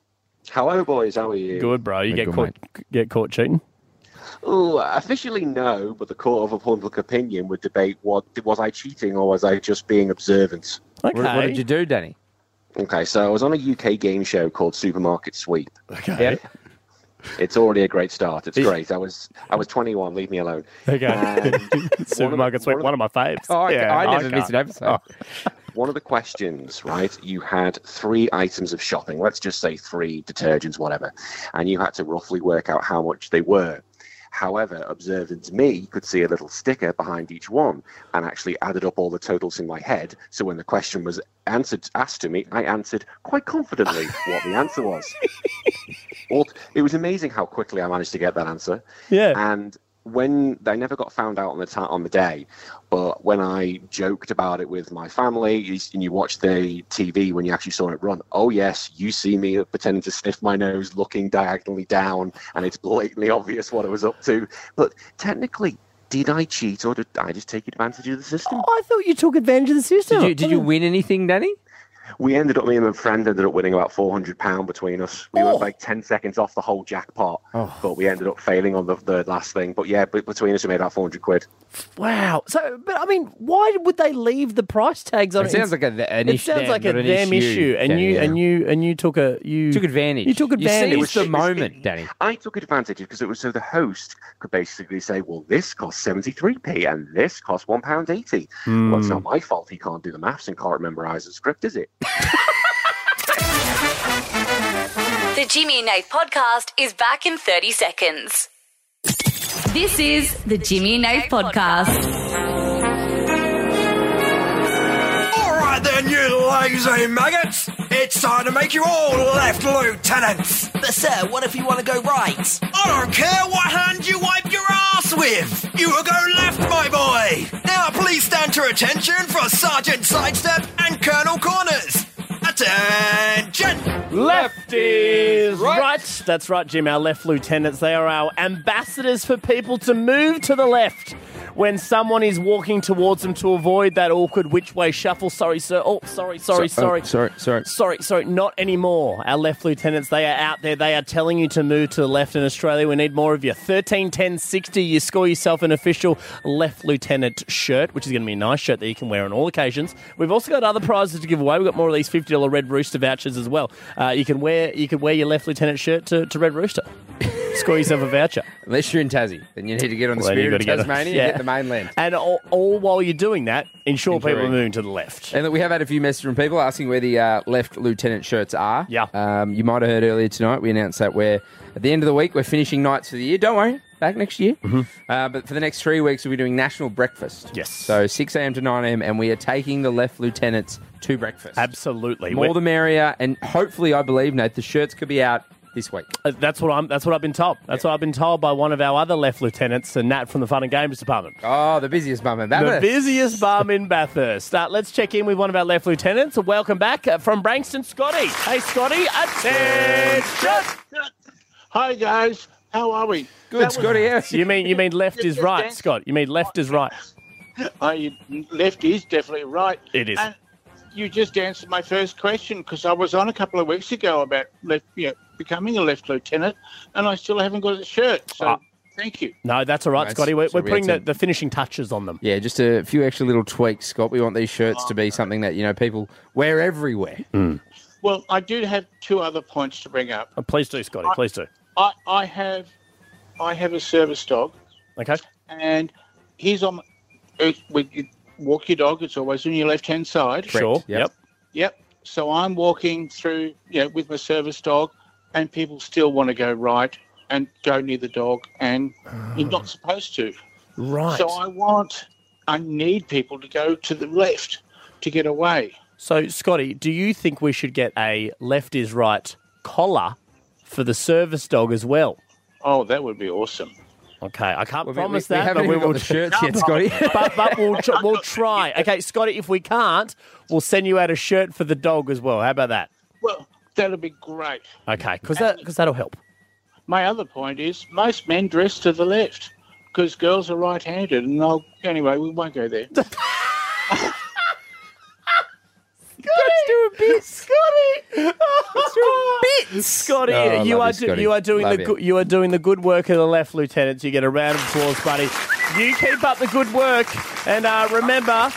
[SPEAKER 14] Hello, boys. How are you?
[SPEAKER 2] Good, bro. You get caught get caught cheating.
[SPEAKER 14] Ooh, officially no, but the court of public opinion would debate what was I cheating or was I just being observant.
[SPEAKER 3] What, what did you do, Danny?
[SPEAKER 14] Okay, so I was on a UK game show called Supermarket Sweep.
[SPEAKER 2] Okay.
[SPEAKER 14] It's already a great start. It's great. I was I was 21. Leave me alone. Um,
[SPEAKER 2] Okay. Supermarket sweep, one of my faves.
[SPEAKER 14] Oh, okay. I never
[SPEAKER 2] okay.
[SPEAKER 14] miss an
[SPEAKER 2] Oh,
[SPEAKER 14] episode. One of the questions, right? You had three items of shopping. Let's just say three detergents, whatever, and you had to roughly work out how much they were. However, observant me could see a little sticker behind each one and actually added up all the totals in my head. So when the question was answered asked to me, I answered quite confidently what the answer was. Well, it was amazing how quickly I managed to get that answer.
[SPEAKER 2] Yeah.
[SPEAKER 14] And when they never got found out on the ta- on the day, but when I joked about it with my family, you s- and you watched the TV when you actually saw it run, oh yes, you see me pretending to sniff my nose, looking diagonally down, and it's blatantly obvious what I was up to. But technically, did I cheat or did I just take advantage of the system?
[SPEAKER 2] Oh, I thought you took advantage of the system. Oh.
[SPEAKER 14] Did you- did you
[SPEAKER 3] win anything, Danny?
[SPEAKER 14] We ended up, me and my friend ended up winning about four hundred pound between us. We were
[SPEAKER 3] Oh.
[SPEAKER 14] like ten seconds off the whole jackpot, but we ended up failing on the, the last thing. But yeah, but between us, we made about four hundred quid.
[SPEAKER 2] Wow. So, but I mean, why would they leave the price tags on
[SPEAKER 14] It
[SPEAKER 2] it?
[SPEAKER 14] sounds
[SPEAKER 2] It's-
[SPEAKER 14] like a- an
[SPEAKER 2] it
[SPEAKER 14] issue
[SPEAKER 2] sounds
[SPEAKER 14] then,
[SPEAKER 2] like a
[SPEAKER 14] not an
[SPEAKER 2] them
[SPEAKER 14] issue,
[SPEAKER 2] issue, and you
[SPEAKER 14] Danny,
[SPEAKER 2] and you and you took a you
[SPEAKER 3] Took advantage.
[SPEAKER 2] You took
[SPEAKER 3] You seized
[SPEAKER 2] advantage.
[SPEAKER 3] the moment, Danny.
[SPEAKER 14] I took advantage because it was so the host could basically say, "Well, this cost seventy three p, and this cost one pound eighty. Well, it's
[SPEAKER 15] Hmm.
[SPEAKER 14] not my fault. He can't do the maths and can't memorise the script, is it?
[SPEAKER 11] The Jimmy and Nath podcast is back in 30 seconds. This is the Jimmy and Nath podcast.
[SPEAKER 4] All right then, you lazy maggots. It's time to make you all left lieutenants.
[SPEAKER 6] But, sir, what if you want to go right?
[SPEAKER 4] I don't care what hand you wipe your ass with. You will go left, my boy. Now, please stand to attention for Sergeant Sidestep and Colonel Corners. Attention.
[SPEAKER 2] Left is right. That's right, Jim. Our left lieutenants, they are our ambassadors for people to move to the left when someone is walking towards them to avoid that awkward which way shuffle. Sorry, sir. Oh, sorry, sorry,
[SPEAKER 3] So- oh,
[SPEAKER 2] sorry.
[SPEAKER 3] sorry, sorry.
[SPEAKER 2] Sorry, sorry, not anymore. Our left lieutenants, they are out there. They are telling you to move to the left in Australia. We need more of you. 13, 10, 60. You score yourself an official left lieutenant shirt, which is going to be a nice shirt that you can wear on all occasions. We've also got other prizes to give away. We've got more of these $50 Red Rooster vouchers as well. Uh, you can wear you can wear your left lieutenant shirt to, to Red Rooster. score yourself a voucher.
[SPEAKER 3] Unless you're in Tassie, then you need to get on the
[SPEAKER 2] Well, then
[SPEAKER 3] spirit
[SPEAKER 2] you've
[SPEAKER 3] of
[SPEAKER 2] gotta get on-
[SPEAKER 3] Tasmania
[SPEAKER 2] yeah.
[SPEAKER 3] and get the mainland.
[SPEAKER 2] And all, all while you're doing that, ensure people are
[SPEAKER 3] Ensuring.
[SPEAKER 2] moving to the left.
[SPEAKER 3] And that we have had a few messages from people asking where the uh, left lieutenant shirts are. Yeah. Um, you might have heard earlier tonight we announced that we're at the end of the week we're finishing nights for the year. Don't worry, back next year.
[SPEAKER 2] Mm-hmm.
[SPEAKER 3] Uh, but for the next three weeks we'll be doing national breakfast. Yes. So six a.m. to nine a.m. and we are taking the left lieutenants to breakfast.
[SPEAKER 2] Absolutely.
[SPEAKER 3] More
[SPEAKER 2] We're-
[SPEAKER 3] the merrier, and hopefully, I believe Nate, the shirts could be out this week.
[SPEAKER 2] Uh, That's what I'm. That's what I've been told. That's what I've been told by one of our other left lieutenants, and Nat from the Fun and Games Department.
[SPEAKER 3] Oh, the busiest bum in
[SPEAKER 2] The
[SPEAKER 3] Bathurst.
[SPEAKER 2] busiest bum in Bathurst. Uh, let's check in with one of our left lieutenants. Welcome back uh, from Brankston, Scotty. Hey, Scotty. Attention.
[SPEAKER 17] Hi guys, how are we?
[SPEAKER 2] Good, Scotty. Yes. You mean you mean left is
[SPEAKER 17] Just
[SPEAKER 2] right,
[SPEAKER 17] that.
[SPEAKER 2] Scott? You mean left is right?
[SPEAKER 17] I left is definitely right.
[SPEAKER 2] It is.
[SPEAKER 17] And you just answered my first question because I was on a couple of weeks ago about left, you know, becoming a left lieutenant, and I still haven't got a shirt. So thank you.
[SPEAKER 2] Ah. No, that's all right,
[SPEAKER 3] That's-
[SPEAKER 2] Scotty. We're,
[SPEAKER 3] so
[SPEAKER 2] we're
[SPEAKER 3] we
[SPEAKER 2] putting the,
[SPEAKER 3] had
[SPEAKER 2] the finishing touches on them.
[SPEAKER 3] Yeah, just a few extra little tweaks, Scott. We want these shirts to be something that you know people wear everywhere.
[SPEAKER 2] Mm.
[SPEAKER 17] Well, I do have two other points to bring up.
[SPEAKER 2] Uh, please do, Scotty. Please do.
[SPEAKER 17] I, I have, I have a service dog.
[SPEAKER 2] Okay.
[SPEAKER 17] And he's on. It, when you walk your dog, it's always on your left hand side.
[SPEAKER 2] Sure. Yep.
[SPEAKER 17] Yep. So I'm walking through, you know, with my service dog, and people still want to go right and go near the dog, and you're not supposed to.
[SPEAKER 2] Ah. Right.
[SPEAKER 17] So I want, I need people to go to the left to get away.
[SPEAKER 2] So, Scotty, do you think we should get a left is right collar for the service dog as well?
[SPEAKER 17] Oh, that would be awesome.
[SPEAKER 2] Okay, I can't
[SPEAKER 17] Well, we-
[SPEAKER 2] promise
[SPEAKER 17] we- we
[SPEAKER 2] that,
[SPEAKER 17] haven't
[SPEAKER 2] but we
[SPEAKER 17] even got
[SPEAKER 2] will
[SPEAKER 17] the shirts
[SPEAKER 2] No,
[SPEAKER 17] yet, Scotty.
[SPEAKER 2] But, but we'll, tr- we'll try. Okay, Scotty, if we can't, we'll send you out a shirt for the dog as well. How about that?
[SPEAKER 17] Well, that'll be great.
[SPEAKER 2] Okay, because that because that'll help.
[SPEAKER 17] My other point is most men dress to the left because girls are right handed, and I'll, anyway, we won't go there.
[SPEAKER 2] Let's do a bit, Scotty. Let's do a bit, Scotty.
[SPEAKER 3] Oh, I
[SPEAKER 2] you
[SPEAKER 3] love
[SPEAKER 2] are
[SPEAKER 3] you,
[SPEAKER 2] do-
[SPEAKER 3] Scotty.
[SPEAKER 2] you are doing
[SPEAKER 3] Love
[SPEAKER 2] the
[SPEAKER 3] you.
[SPEAKER 2] good, you are doing the good work of the left lieutenants. You get a round of applause, buddy. You keep up the good work, and uh, remember,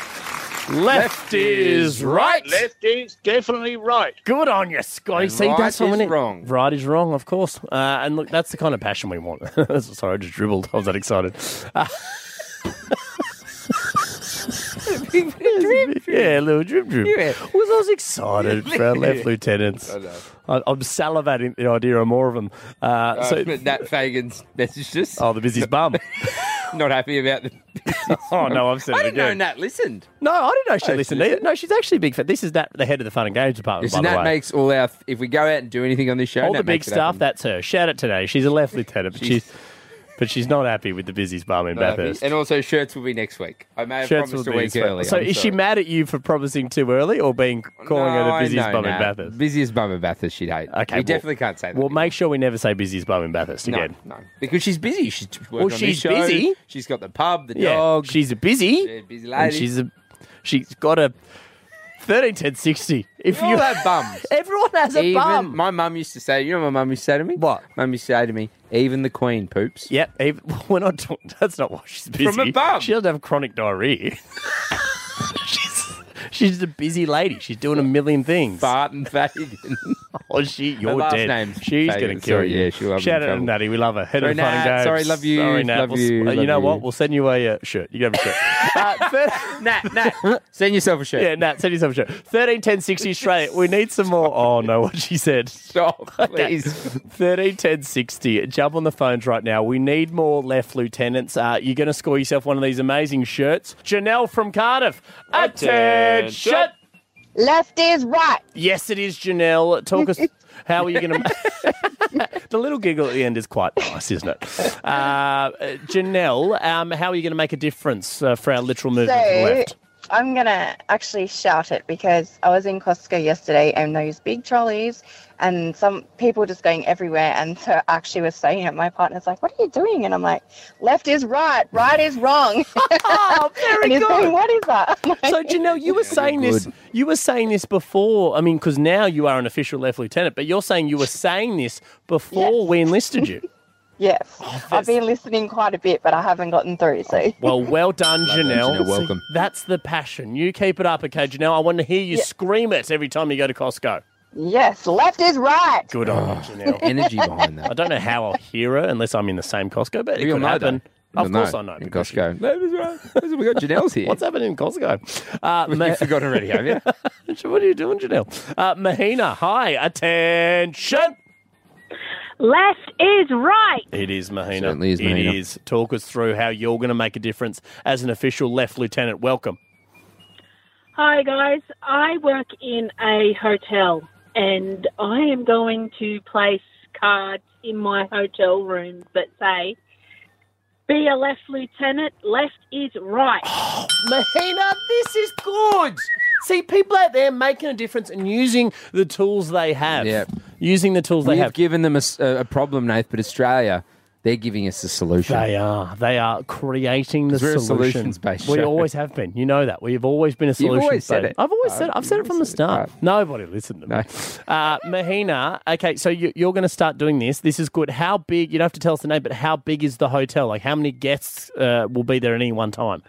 [SPEAKER 2] left, is right.
[SPEAKER 17] Left is definitely right.
[SPEAKER 2] Good on you, Scotty.
[SPEAKER 17] And
[SPEAKER 2] See, that's
[SPEAKER 17] right
[SPEAKER 2] what we
[SPEAKER 17] is
[SPEAKER 2] need.
[SPEAKER 17] wrong.
[SPEAKER 2] Right is wrong, of course. Uh, and look, that's the kind of passion we want. Sorry, I just dribbled. I was that excited. Uh, yeah, a little drip drip.
[SPEAKER 3] Yeah.
[SPEAKER 2] Was I was excited for our left lieutenants.
[SPEAKER 3] I know.
[SPEAKER 2] I, I'm salivating at the idea of more of them. Uh,
[SPEAKER 3] Uh,
[SPEAKER 2] so,
[SPEAKER 3] but Nat Fagan's message just
[SPEAKER 2] oh, the busiest bum.
[SPEAKER 3] not happy about the.
[SPEAKER 2] oh no, I've said
[SPEAKER 3] I
[SPEAKER 2] it
[SPEAKER 3] didn't know
[SPEAKER 2] again.
[SPEAKER 3] Nat listened.
[SPEAKER 2] No, I didn't know she
[SPEAKER 3] Oh, she
[SPEAKER 2] listened either. No, she's actually a big fan. This is Nat, the head of the fun and games department.
[SPEAKER 3] So
[SPEAKER 2] by the
[SPEAKER 3] Nat
[SPEAKER 2] way.
[SPEAKER 3] makes all our. If we go out and do anything on this show,
[SPEAKER 2] All
[SPEAKER 3] Nat
[SPEAKER 2] the big
[SPEAKER 3] makes it happen.
[SPEAKER 2] stuff, that's her. Shout out today. She's a left lieutenant, but she's But she's not happy with the busiest bum in
[SPEAKER 3] Not happy.
[SPEAKER 2] Bathurst.
[SPEAKER 3] And also, shirts will be next week. I may have
[SPEAKER 2] Shirts
[SPEAKER 3] promised
[SPEAKER 2] will
[SPEAKER 3] a
[SPEAKER 2] be
[SPEAKER 3] week
[SPEAKER 2] swept.
[SPEAKER 3] early.
[SPEAKER 2] So
[SPEAKER 3] I'm
[SPEAKER 2] is she
[SPEAKER 3] sorry.
[SPEAKER 2] mad at you for promising too early or being calling her
[SPEAKER 3] No,
[SPEAKER 2] the busiest
[SPEAKER 3] no,
[SPEAKER 2] bum
[SPEAKER 3] no.
[SPEAKER 2] in Bathurst?
[SPEAKER 3] Busiest bum in Bathurst, she'd hate.
[SPEAKER 2] Okay,
[SPEAKER 3] We definitely can't say that.
[SPEAKER 2] Well, make sure we never say busiest bum in Bathurst
[SPEAKER 3] No,
[SPEAKER 2] again.
[SPEAKER 3] no. Because she's busy. She's working
[SPEAKER 2] Well,
[SPEAKER 3] on this
[SPEAKER 2] she's
[SPEAKER 3] show.
[SPEAKER 2] busy.
[SPEAKER 3] She's got the pub, the
[SPEAKER 2] yeah,
[SPEAKER 3] dog.
[SPEAKER 2] she's a busy.
[SPEAKER 3] She's a busy
[SPEAKER 2] and
[SPEAKER 3] lady.
[SPEAKER 2] she's a, she's got a thirteen ten sixty. If
[SPEAKER 3] We all
[SPEAKER 2] you
[SPEAKER 3] have bums.
[SPEAKER 2] everyone has a
[SPEAKER 3] Even-
[SPEAKER 2] bum.
[SPEAKER 3] My mum used to say, you know what my mum used to say to me? What? Mum used to say to me, even the queen poops.
[SPEAKER 2] Yep. Even, we're not talking. That's not why she's busy.
[SPEAKER 3] From a bum.
[SPEAKER 2] She doesn't have chronic diarrhea. she's she's a busy lady. She's doing a million things.
[SPEAKER 3] Barton Fagan.
[SPEAKER 2] oh, she, you're
[SPEAKER 3] last
[SPEAKER 2] dead.
[SPEAKER 3] name's
[SPEAKER 2] she's
[SPEAKER 3] Fagan,
[SPEAKER 2] going to kill
[SPEAKER 3] sorry,
[SPEAKER 2] you.
[SPEAKER 3] yeah, she'll have
[SPEAKER 2] Shout
[SPEAKER 3] me
[SPEAKER 2] out to
[SPEAKER 3] trouble.
[SPEAKER 2] Natty. We love her. Head
[SPEAKER 3] Sorry,
[SPEAKER 2] of the fun and
[SPEAKER 3] Nat.
[SPEAKER 2] games.
[SPEAKER 3] Sorry, love you,
[SPEAKER 2] Sorry, Nat.
[SPEAKER 3] love
[SPEAKER 2] We'll-
[SPEAKER 3] you,
[SPEAKER 2] uh, you
[SPEAKER 3] love
[SPEAKER 2] know what?
[SPEAKER 3] you.
[SPEAKER 2] We'll send you a uh, shirt. You can have a shirt.
[SPEAKER 3] Nat, Nat, send yourself a shirt.
[SPEAKER 2] Yeah, Nat, send yourself a shirt. 13, 10, 60 Australia. We need some more. Oh, no, what she said.
[SPEAKER 3] Stop,
[SPEAKER 2] please. 13, 10, 60. Jump on the phones right now. We need more left lieutenants. Uh, you're going to score yourself one of these amazing shirts. Janelle from Cardiff. Attention.
[SPEAKER 15] Left is right.
[SPEAKER 2] Yes, it is, Janelle. Talk us. How are you going to? the little giggle at the end is quite nice, isn't it? Uh, uh, Janelle, um, how are you going to make a difference uh, for our literal movement to the
[SPEAKER 18] So
[SPEAKER 2] left?
[SPEAKER 18] I'm gonna actually shout it because I was in Costco yesterday and those big trolleys and some people just going everywhere and so I actually was saying it. My partner's like, What are you doing? And I'm like, Left is right, right is wrong.
[SPEAKER 2] oh, very
[SPEAKER 18] and he's
[SPEAKER 2] good.
[SPEAKER 18] Going, what is that?
[SPEAKER 2] So Janelle, you were saying this. You were saying this before. I mean, because now you are an official left lieutenant, but you're saying you were saying this before we enlisted you.
[SPEAKER 18] Yes.
[SPEAKER 2] Oh,
[SPEAKER 18] I've been listening quite a bit but I haven't gotten through, so
[SPEAKER 2] Well, well done,
[SPEAKER 3] that,
[SPEAKER 2] Janelle.
[SPEAKER 3] Janelle. Welcome.
[SPEAKER 2] See, that's the passion. You keep it up, okay, Janelle. I want to hear you scream it every time you go to Costco.
[SPEAKER 18] Yes, left is right.
[SPEAKER 2] Good on you, Janelle.
[SPEAKER 3] energy behind
[SPEAKER 2] that. I don't know how I'll hear her unless I'm in the same Costco, but it
[SPEAKER 3] You'll
[SPEAKER 2] could
[SPEAKER 3] know,
[SPEAKER 2] happen.
[SPEAKER 3] though.
[SPEAKER 2] Of
[SPEAKER 3] You'll
[SPEAKER 2] course
[SPEAKER 3] know
[SPEAKER 2] I know.
[SPEAKER 3] in
[SPEAKER 2] because she-
[SPEAKER 3] Costco. we got Janelle's here.
[SPEAKER 2] What's happening in Costco? Uh,
[SPEAKER 3] Well, you've forgotten already, have you?
[SPEAKER 2] what are you doing, Janelle? Uh, Mahina, hi. Attention.
[SPEAKER 19] Left is right.
[SPEAKER 2] It is Mahina.
[SPEAKER 3] Certainly is,
[SPEAKER 2] It
[SPEAKER 3] Mahina.
[SPEAKER 2] is. Talk us through how you're going to make a difference as an official left lieutenant. Welcome.
[SPEAKER 19] Hi, guys. I work in a hotel and I am going to place cards in my hotel room that say, be a left lieutenant, left is right.
[SPEAKER 2] Mahina, this is good. See, people out there making a difference and using the tools they have. Using the tools they
[SPEAKER 3] We've
[SPEAKER 2] have.
[SPEAKER 3] given them a, s- a- a problem, Nath, but Australia, they're giving us a solution.
[SPEAKER 2] They are. They are creating the
[SPEAKER 3] 'Cause we're a
[SPEAKER 2] solution.
[SPEAKER 3] solutions-based
[SPEAKER 2] We
[SPEAKER 3] show.
[SPEAKER 2] always have been. You know that. We've always been a
[SPEAKER 3] You've
[SPEAKER 2] solution.
[SPEAKER 3] always said it.
[SPEAKER 2] I've always
[SPEAKER 3] I've
[SPEAKER 2] said it. I've said it from the start. Nobody listened to me. Uh, Mahina, okay, so you, you're going to start doing this. This is good. How big, you don't have to tell us the name, but how big is the hotel? Like, how many guests uh, will be there at any one time?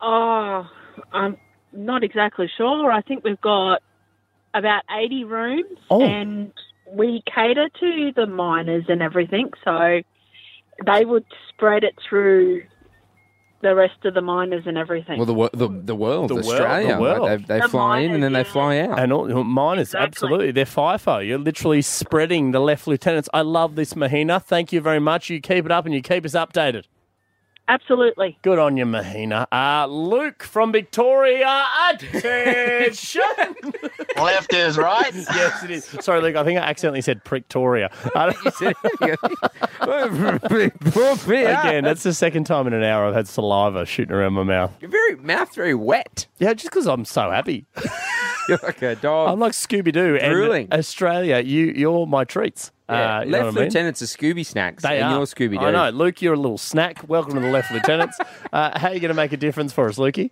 [SPEAKER 19] Oh, I'm not exactly sure. I think we've got about 80 rooms
[SPEAKER 2] Oh.
[SPEAKER 19] and we cater to the miners and everything. So they would spread it through the rest of the miners and everything.
[SPEAKER 3] Well, the, wor- the, the world,
[SPEAKER 2] The world,
[SPEAKER 3] Australia.
[SPEAKER 2] the world.
[SPEAKER 3] right? They, they
[SPEAKER 19] The
[SPEAKER 3] fly in and then they fly out.
[SPEAKER 2] And all, miners, absolutely. They're FIFO. You're literally spreading the left lieutenants. I love this, Mahina. Thank you very much. You keep it up and you keep us updated.
[SPEAKER 19] Absolutely.
[SPEAKER 2] Good on you, Mahina. Uh, Luke from Victoria. Attention!
[SPEAKER 20] Left is right.
[SPEAKER 2] yes, it is. Sorry, Luke. I think I accidentally said Prictoria. Again, that's the second time in an hour I've had saliva shooting around my mouth.
[SPEAKER 3] Your very mouth very wet.
[SPEAKER 2] Yeah, just because I'm so happy.
[SPEAKER 3] You're like a dog.
[SPEAKER 2] I'm like Scooby Doo.
[SPEAKER 3] Drooling.
[SPEAKER 2] Australia, you, you're my treats.
[SPEAKER 3] Yeah.
[SPEAKER 2] Uh, you know
[SPEAKER 3] Left
[SPEAKER 2] what I mean?
[SPEAKER 3] lieutenants are Scooby snacks,
[SPEAKER 2] They
[SPEAKER 3] and
[SPEAKER 2] are.
[SPEAKER 3] you're Scooby Doo.
[SPEAKER 2] I know. Luke, you're a little snack. Welcome to the Left Lieutenants. Uh, how are you going to make a difference for us, Lukey?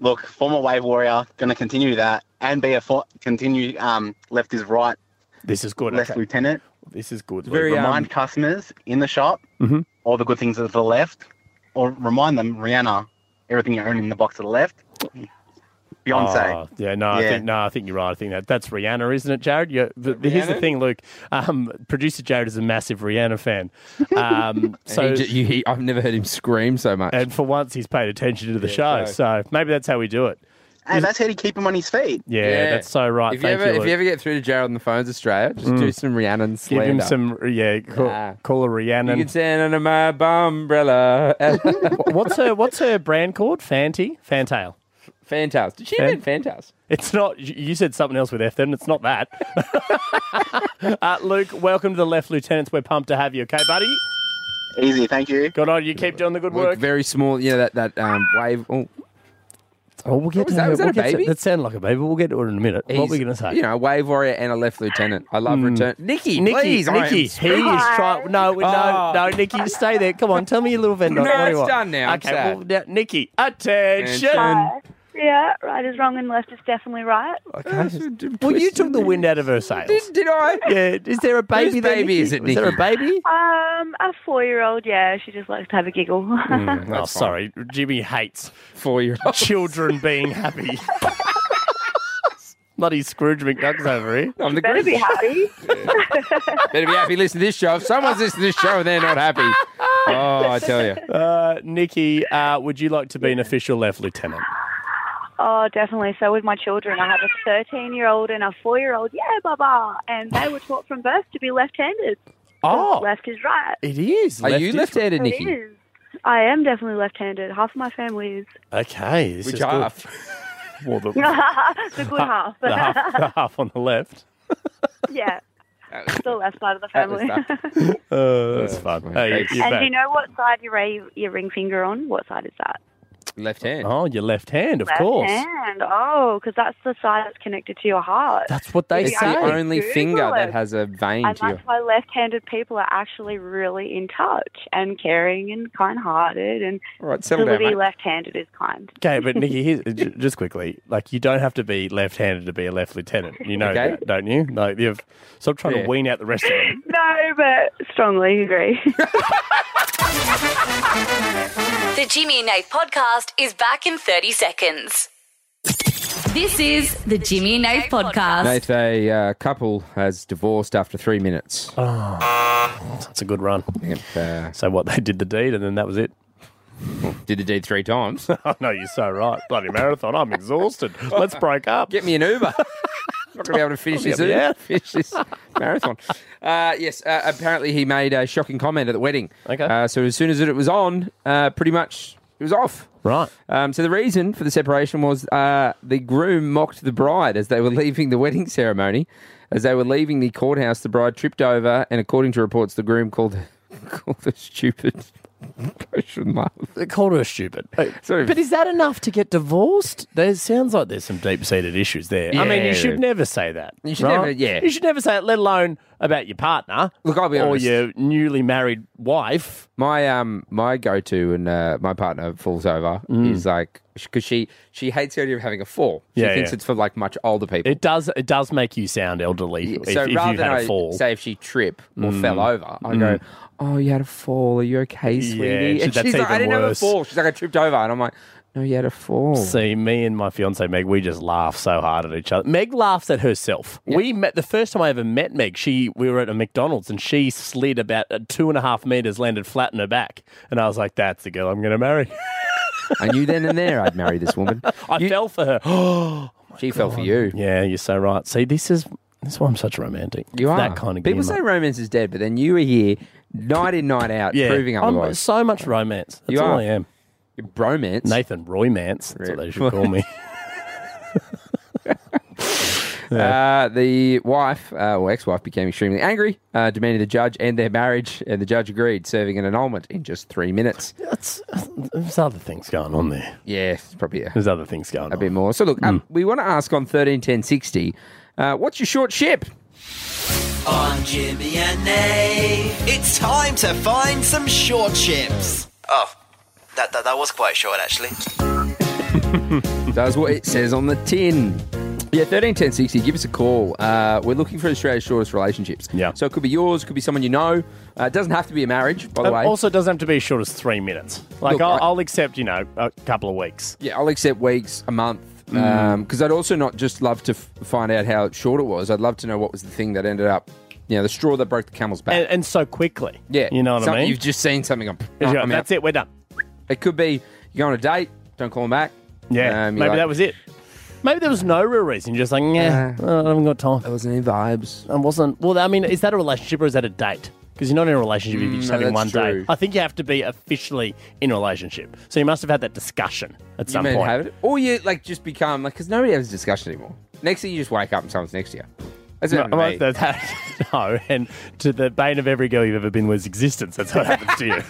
[SPEAKER 20] Look, former wave warrior, going to continue that and be a fo- continue um, left is right.
[SPEAKER 2] This is good.
[SPEAKER 20] Left
[SPEAKER 2] okay.
[SPEAKER 20] lieutenant.
[SPEAKER 2] This is good. Luke.
[SPEAKER 20] Very
[SPEAKER 3] um,
[SPEAKER 20] remind customers in the shop
[SPEAKER 2] Mhm.
[SPEAKER 20] all the good things are to the left, or remind them Rihanna, everything you own in the box to the left. Beyonce.
[SPEAKER 2] Oh, yeah, no, I
[SPEAKER 20] Yeah.
[SPEAKER 2] think no, I think you're right. I think that that's Rihanna, isn't it, Jared? Yeah, but here's the
[SPEAKER 20] Rihanna?
[SPEAKER 2] thing, Luke. Um, producer Jared is a massive Rihanna fan. Um, so
[SPEAKER 3] so you, he, I've never heard him scream so much.
[SPEAKER 2] and for once, he's paid attention to the
[SPEAKER 3] Yeah,
[SPEAKER 2] show. So. maybe that's how we do it.
[SPEAKER 20] Hey, that's how you keep him on his feet.
[SPEAKER 2] Yeah, that's so right.
[SPEAKER 3] If you,
[SPEAKER 2] Thank
[SPEAKER 3] ever,
[SPEAKER 2] you,
[SPEAKER 3] if you
[SPEAKER 2] Luke.
[SPEAKER 3] ever get through to Jared on the phones, Australia, just
[SPEAKER 2] Mm.
[SPEAKER 3] do some Rhiannon
[SPEAKER 2] Give
[SPEAKER 3] slander.
[SPEAKER 2] him some, yeah, call,
[SPEAKER 3] Nah.
[SPEAKER 2] call a Rihanna.
[SPEAKER 3] You can stand under my umbrella.
[SPEAKER 2] what's her What's her brand called? Fanti, Fantail.
[SPEAKER 3] Fantails. Did she
[SPEAKER 2] Fan-
[SPEAKER 3] invent Fantails?
[SPEAKER 2] It's not. You you said something else with F. Then it's not that. uh, Luke, welcome to the Left Lieutenants. We're pumped to have you. Okay, buddy.
[SPEAKER 20] Easy, thank you.
[SPEAKER 2] Good on you. Keep doing the good work.
[SPEAKER 3] Very small, you know, that, that um, wave. Oh,
[SPEAKER 2] Oh, we'll get
[SPEAKER 3] What was
[SPEAKER 2] to
[SPEAKER 3] that?
[SPEAKER 2] her.
[SPEAKER 3] Was that
[SPEAKER 2] we'll
[SPEAKER 3] a
[SPEAKER 2] get to-
[SPEAKER 3] baby?
[SPEAKER 2] that sounded like a baby. We'll get to it in a minute. what
[SPEAKER 3] He's,
[SPEAKER 2] were we going to say? Hmm.
[SPEAKER 3] You know, a wave warrior and a left lieutenant. I love return. Nikki,
[SPEAKER 2] Nikki,
[SPEAKER 3] please, I am
[SPEAKER 2] Nikki, he is
[SPEAKER 3] screwed.
[SPEAKER 2] trying. No, we- no,
[SPEAKER 3] Oh.
[SPEAKER 2] no, Nikki, stay there. Come on, tell me your little
[SPEAKER 3] No,
[SPEAKER 2] vendor. What do you
[SPEAKER 3] it's
[SPEAKER 2] want?
[SPEAKER 3] done now. I'm
[SPEAKER 2] Okay,
[SPEAKER 3] sad.
[SPEAKER 2] well, now, Nikki, attention.
[SPEAKER 21] Right. Yeah, right is wrong and left is definitely right.
[SPEAKER 2] Well, you took the wind out of her sails. Did,
[SPEAKER 3] I?
[SPEAKER 2] Yeah. Is there a baby?
[SPEAKER 21] Whose
[SPEAKER 2] there,
[SPEAKER 21] baby
[SPEAKER 2] Nikki?
[SPEAKER 21] is it,
[SPEAKER 2] Is there a
[SPEAKER 21] Nikki?
[SPEAKER 2] baby?
[SPEAKER 21] Um, a four-year-old. Yeah, she just likes to have a giggle.
[SPEAKER 2] oh, sorry. Jimmy hates
[SPEAKER 3] Mm, four-year-olds.
[SPEAKER 2] Children being happy. Bloody Scrooge McDuck's over here.
[SPEAKER 3] I'm the
[SPEAKER 21] Better be
[SPEAKER 3] Grinch.
[SPEAKER 21] happy.
[SPEAKER 3] Better be happy listening to this show. If someone's listening to this show and they're not happy, oh, I tell you.
[SPEAKER 2] Uh, Nikki, uh, would you like to be an official left lieutenant?
[SPEAKER 21] Oh, definitely. So with my children, I have a 13-year-old and a four-year-old. Yeah, baba, and they were taught from birth to be left-handed.
[SPEAKER 2] Oh.
[SPEAKER 21] left is right.
[SPEAKER 2] It is.
[SPEAKER 3] Are you
[SPEAKER 2] is-
[SPEAKER 3] left-handed,
[SPEAKER 21] It
[SPEAKER 3] Nikki?
[SPEAKER 21] is. I am definitely left-handed. Half of my family is.
[SPEAKER 2] Okay. This
[SPEAKER 3] Which
[SPEAKER 2] is good.
[SPEAKER 3] half?
[SPEAKER 2] Well, the,
[SPEAKER 21] the good
[SPEAKER 2] ha-
[SPEAKER 21] half.
[SPEAKER 2] the half. The half on the left.
[SPEAKER 21] yeah. The left side of the
[SPEAKER 3] That was
[SPEAKER 21] family.
[SPEAKER 3] tough.
[SPEAKER 2] Uh, that's fun. Hey, you, are
[SPEAKER 21] and do you know what side you ra- your ring finger on? What side is that?
[SPEAKER 3] Left hand.
[SPEAKER 2] Oh, your left hand, of
[SPEAKER 21] Left
[SPEAKER 2] course.
[SPEAKER 21] Hand. Oh, because that's the side that's connected to your heart.
[SPEAKER 2] That's what they
[SPEAKER 21] Maybe
[SPEAKER 3] It's
[SPEAKER 21] I
[SPEAKER 3] the
[SPEAKER 21] should
[SPEAKER 3] only
[SPEAKER 21] Google
[SPEAKER 3] finger
[SPEAKER 21] it.
[SPEAKER 3] that has a vein
[SPEAKER 21] And
[SPEAKER 3] to your.
[SPEAKER 21] that's why left-handed people are actually really in touch and caring and kind-hearted and
[SPEAKER 3] All right,
[SPEAKER 21] to
[SPEAKER 3] settle down,
[SPEAKER 21] be
[SPEAKER 3] mate.
[SPEAKER 21] left-handed is kind.
[SPEAKER 2] Okay, but Nikki, here's, j- just quickly, like you don't have to be left-handed to be a left lieutenant. You know
[SPEAKER 21] Okay.
[SPEAKER 2] that, don't you? Like you've stop trying
[SPEAKER 21] Yeah.
[SPEAKER 2] to wean out the rest of them.
[SPEAKER 21] No, but strongly agree.
[SPEAKER 11] The Jimmy and Nate podcast is back in 30 seconds. This is the Jimmy and Nate podcast.
[SPEAKER 3] Nath, a uh, couple has divorced after three minutes. uh,
[SPEAKER 2] Oh, that's a good run. So what? They did the deed, and then that was it.
[SPEAKER 3] Did the deed three times.
[SPEAKER 2] oh no, you're so right. Bloody marathon. I'm exhausted. Let's break up.
[SPEAKER 3] Get me an Uber. Not going to be able to finish this,
[SPEAKER 2] Yeah.
[SPEAKER 3] Uber- finish this marathon. Uh, yes, uh, apparently he made a shocking comment at the wedding. Okay. Uh, so as soon as it was on, uh, pretty much it was off.
[SPEAKER 2] Right.
[SPEAKER 3] Um, so the reason for the separation was uh, the groom mocked the bride as they were leaving the wedding ceremony. As they were leaving the courthouse, the bride tripped over, and according to reports, the groom called called her stupid. Ocean love.
[SPEAKER 2] They called her stupid.
[SPEAKER 3] Sorry.
[SPEAKER 2] But is that enough to get divorced? There sounds like there's some deep-seated issues there. I mean,
[SPEAKER 3] Yeah.
[SPEAKER 2] you should never say that.
[SPEAKER 3] You should
[SPEAKER 2] right?
[SPEAKER 3] never- yeah.
[SPEAKER 2] You should never say it, let alone about your partner.
[SPEAKER 3] Look, I'll be
[SPEAKER 2] or
[SPEAKER 3] honest.
[SPEAKER 2] your newly married wife.
[SPEAKER 3] My um my go to and uh, my partner falls over
[SPEAKER 2] Mm.
[SPEAKER 3] is like because she she hates the idea of having a fall. She
[SPEAKER 2] Yeah,
[SPEAKER 3] thinks
[SPEAKER 2] yeah.
[SPEAKER 3] it's for like much older people.
[SPEAKER 2] It does. It does make you sound elderly if,
[SPEAKER 3] so
[SPEAKER 2] if you've
[SPEAKER 3] rather
[SPEAKER 2] had
[SPEAKER 3] than
[SPEAKER 2] a
[SPEAKER 3] I
[SPEAKER 2] fall.
[SPEAKER 3] say if she trip or
[SPEAKER 2] Mm.
[SPEAKER 3] fell over, I
[SPEAKER 2] Mm.
[SPEAKER 3] go, "Oh, you had a fall. Are you okay,
[SPEAKER 2] Yeah,
[SPEAKER 3] sweetie?"
[SPEAKER 2] she-
[SPEAKER 3] and
[SPEAKER 2] that's
[SPEAKER 3] she's like, "I
[SPEAKER 2] even
[SPEAKER 3] didn't have a
[SPEAKER 2] worse.
[SPEAKER 3] fall." She's like, "I tripped over," and I'm like, "No, you had a fall."
[SPEAKER 2] See, me and my fiance Meg, we just laugh so hard at each other. Meg laughs at herself. We met the first time I ever met Meg. She we were at a McDonald's and she slid about uh, two and a half meters, landed flat on her back, and I was like, "That's the girl I'm going to marry."
[SPEAKER 3] I knew then and there I'd marry this woman.
[SPEAKER 2] I fell for her. Oh,
[SPEAKER 3] she fell for you.
[SPEAKER 2] Yeah, you're so right. See, this is this is why I'm such a romantic.
[SPEAKER 3] You
[SPEAKER 2] It's
[SPEAKER 3] are
[SPEAKER 2] that kind of
[SPEAKER 3] people say
[SPEAKER 2] gear, mate.
[SPEAKER 3] romance is dead, but then you were here night in, night out,
[SPEAKER 2] yeah,
[SPEAKER 3] proving
[SPEAKER 2] I'm
[SPEAKER 3] otherwise.
[SPEAKER 2] so much romance. That's
[SPEAKER 3] You
[SPEAKER 2] all
[SPEAKER 3] are.
[SPEAKER 2] I am.
[SPEAKER 3] You're bromance,
[SPEAKER 2] Nathan Roymance. That's what they should call me.
[SPEAKER 3] Uh, the wife uh, or ex-wife became extremely angry, uh, demanding the judge end their marriage, and the judge agreed, serving an annulment in just three minutes.
[SPEAKER 2] That's, there's other things going on there.
[SPEAKER 3] Yeah, it's probably a,
[SPEAKER 2] there's other things going Hmm.
[SPEAKER 3] a bit more. So look, um, we want to ask on thirteen ten sixty, uh, what's your short ship?
[SPEAKER 6] On Jimmy and Nate,
[SPEAKER 4] It's time to find some short chips.
[SPEAKER 6] Oh, that, that, that was quite short actually.
[SPEAKER 3] That's what it says on the tin. Yeah, thirteen ten sixty. Give us a call. Uh, we're looking for Australia's shortest relationships. Yeah. So it could be yours, could be someone you know. Uh, it doesn't have to be a marriage, by the
[SPEAKER 2] Um,
[SPEAKER 3] way.
[SPEAKER 2] Also, it doesn't have to be as short as three minutes. Like,
[SPEAKER 3] Look,
[SPEAKER 2] I'll,
[SPEAKER 3] I-
[SPEAKER 2] I'll accept, you know, a couple of weeks.
[SPEAKER 3] Yeah, I'll accept weeks, a month.
[SPEAKER 2] Mm.
[SPEAKER 3] Because I'd also not just love to f- find out how short it was. I'd love to know what was the thing that ended up, you know, the straw that broke the camel's back.
[SPEAKER 2] And, and so quickly.
[SPEAKER 3] yeah,
[SPEAKER 2] You know what
[SPEAKER 3] Something-
[SPEAKER 2] I mean?
[SPEAKER 3] You've just seen something. I'm,
[SPEAKER 2] Yeah,
[SPEAKER 3] I'm
[SPEAKER 2] that's it. We're done.
[SPEAKER 3] It could be you go on a date, don't call them back. Um,
[SPEAKER 2] Yeah. maybe that was it. Maybe there was no real reason. Just like, yeah, I haven't got time. Uh-huh. There
[SPEAKER 3] wasn't any vibes.
[SPEAKER 2] I wasn't. Well, I mean, is that a relationship or is that a date? Because you're not in a relationship if
[SPEAKER 3] Mm,
[SPEAKER 2] you're just
[SPEAKER 3] no,
[SPEAKER 2] having one
[SPEAKER 3] that's true.
[SPEAKER 2] date. I think you have to be officially in a relationship. So you must have had that discussion at
[SPEAKER 3] You
[SPEAKER 2] some
[SPEAKER 3] may
[SPEAKER 2] point.
[SPEAKER 3] have it. Or you like just become like, because nobody has a discussion anymore. Next thing you just wake up and someone's next to you. That's
[SPEAKER 2] no,
[SPEAKER 3] not me.
[SPEAKER 2] well, that- that- no, and to the bane of every girl you've ever been with's existence, that's what happens to you.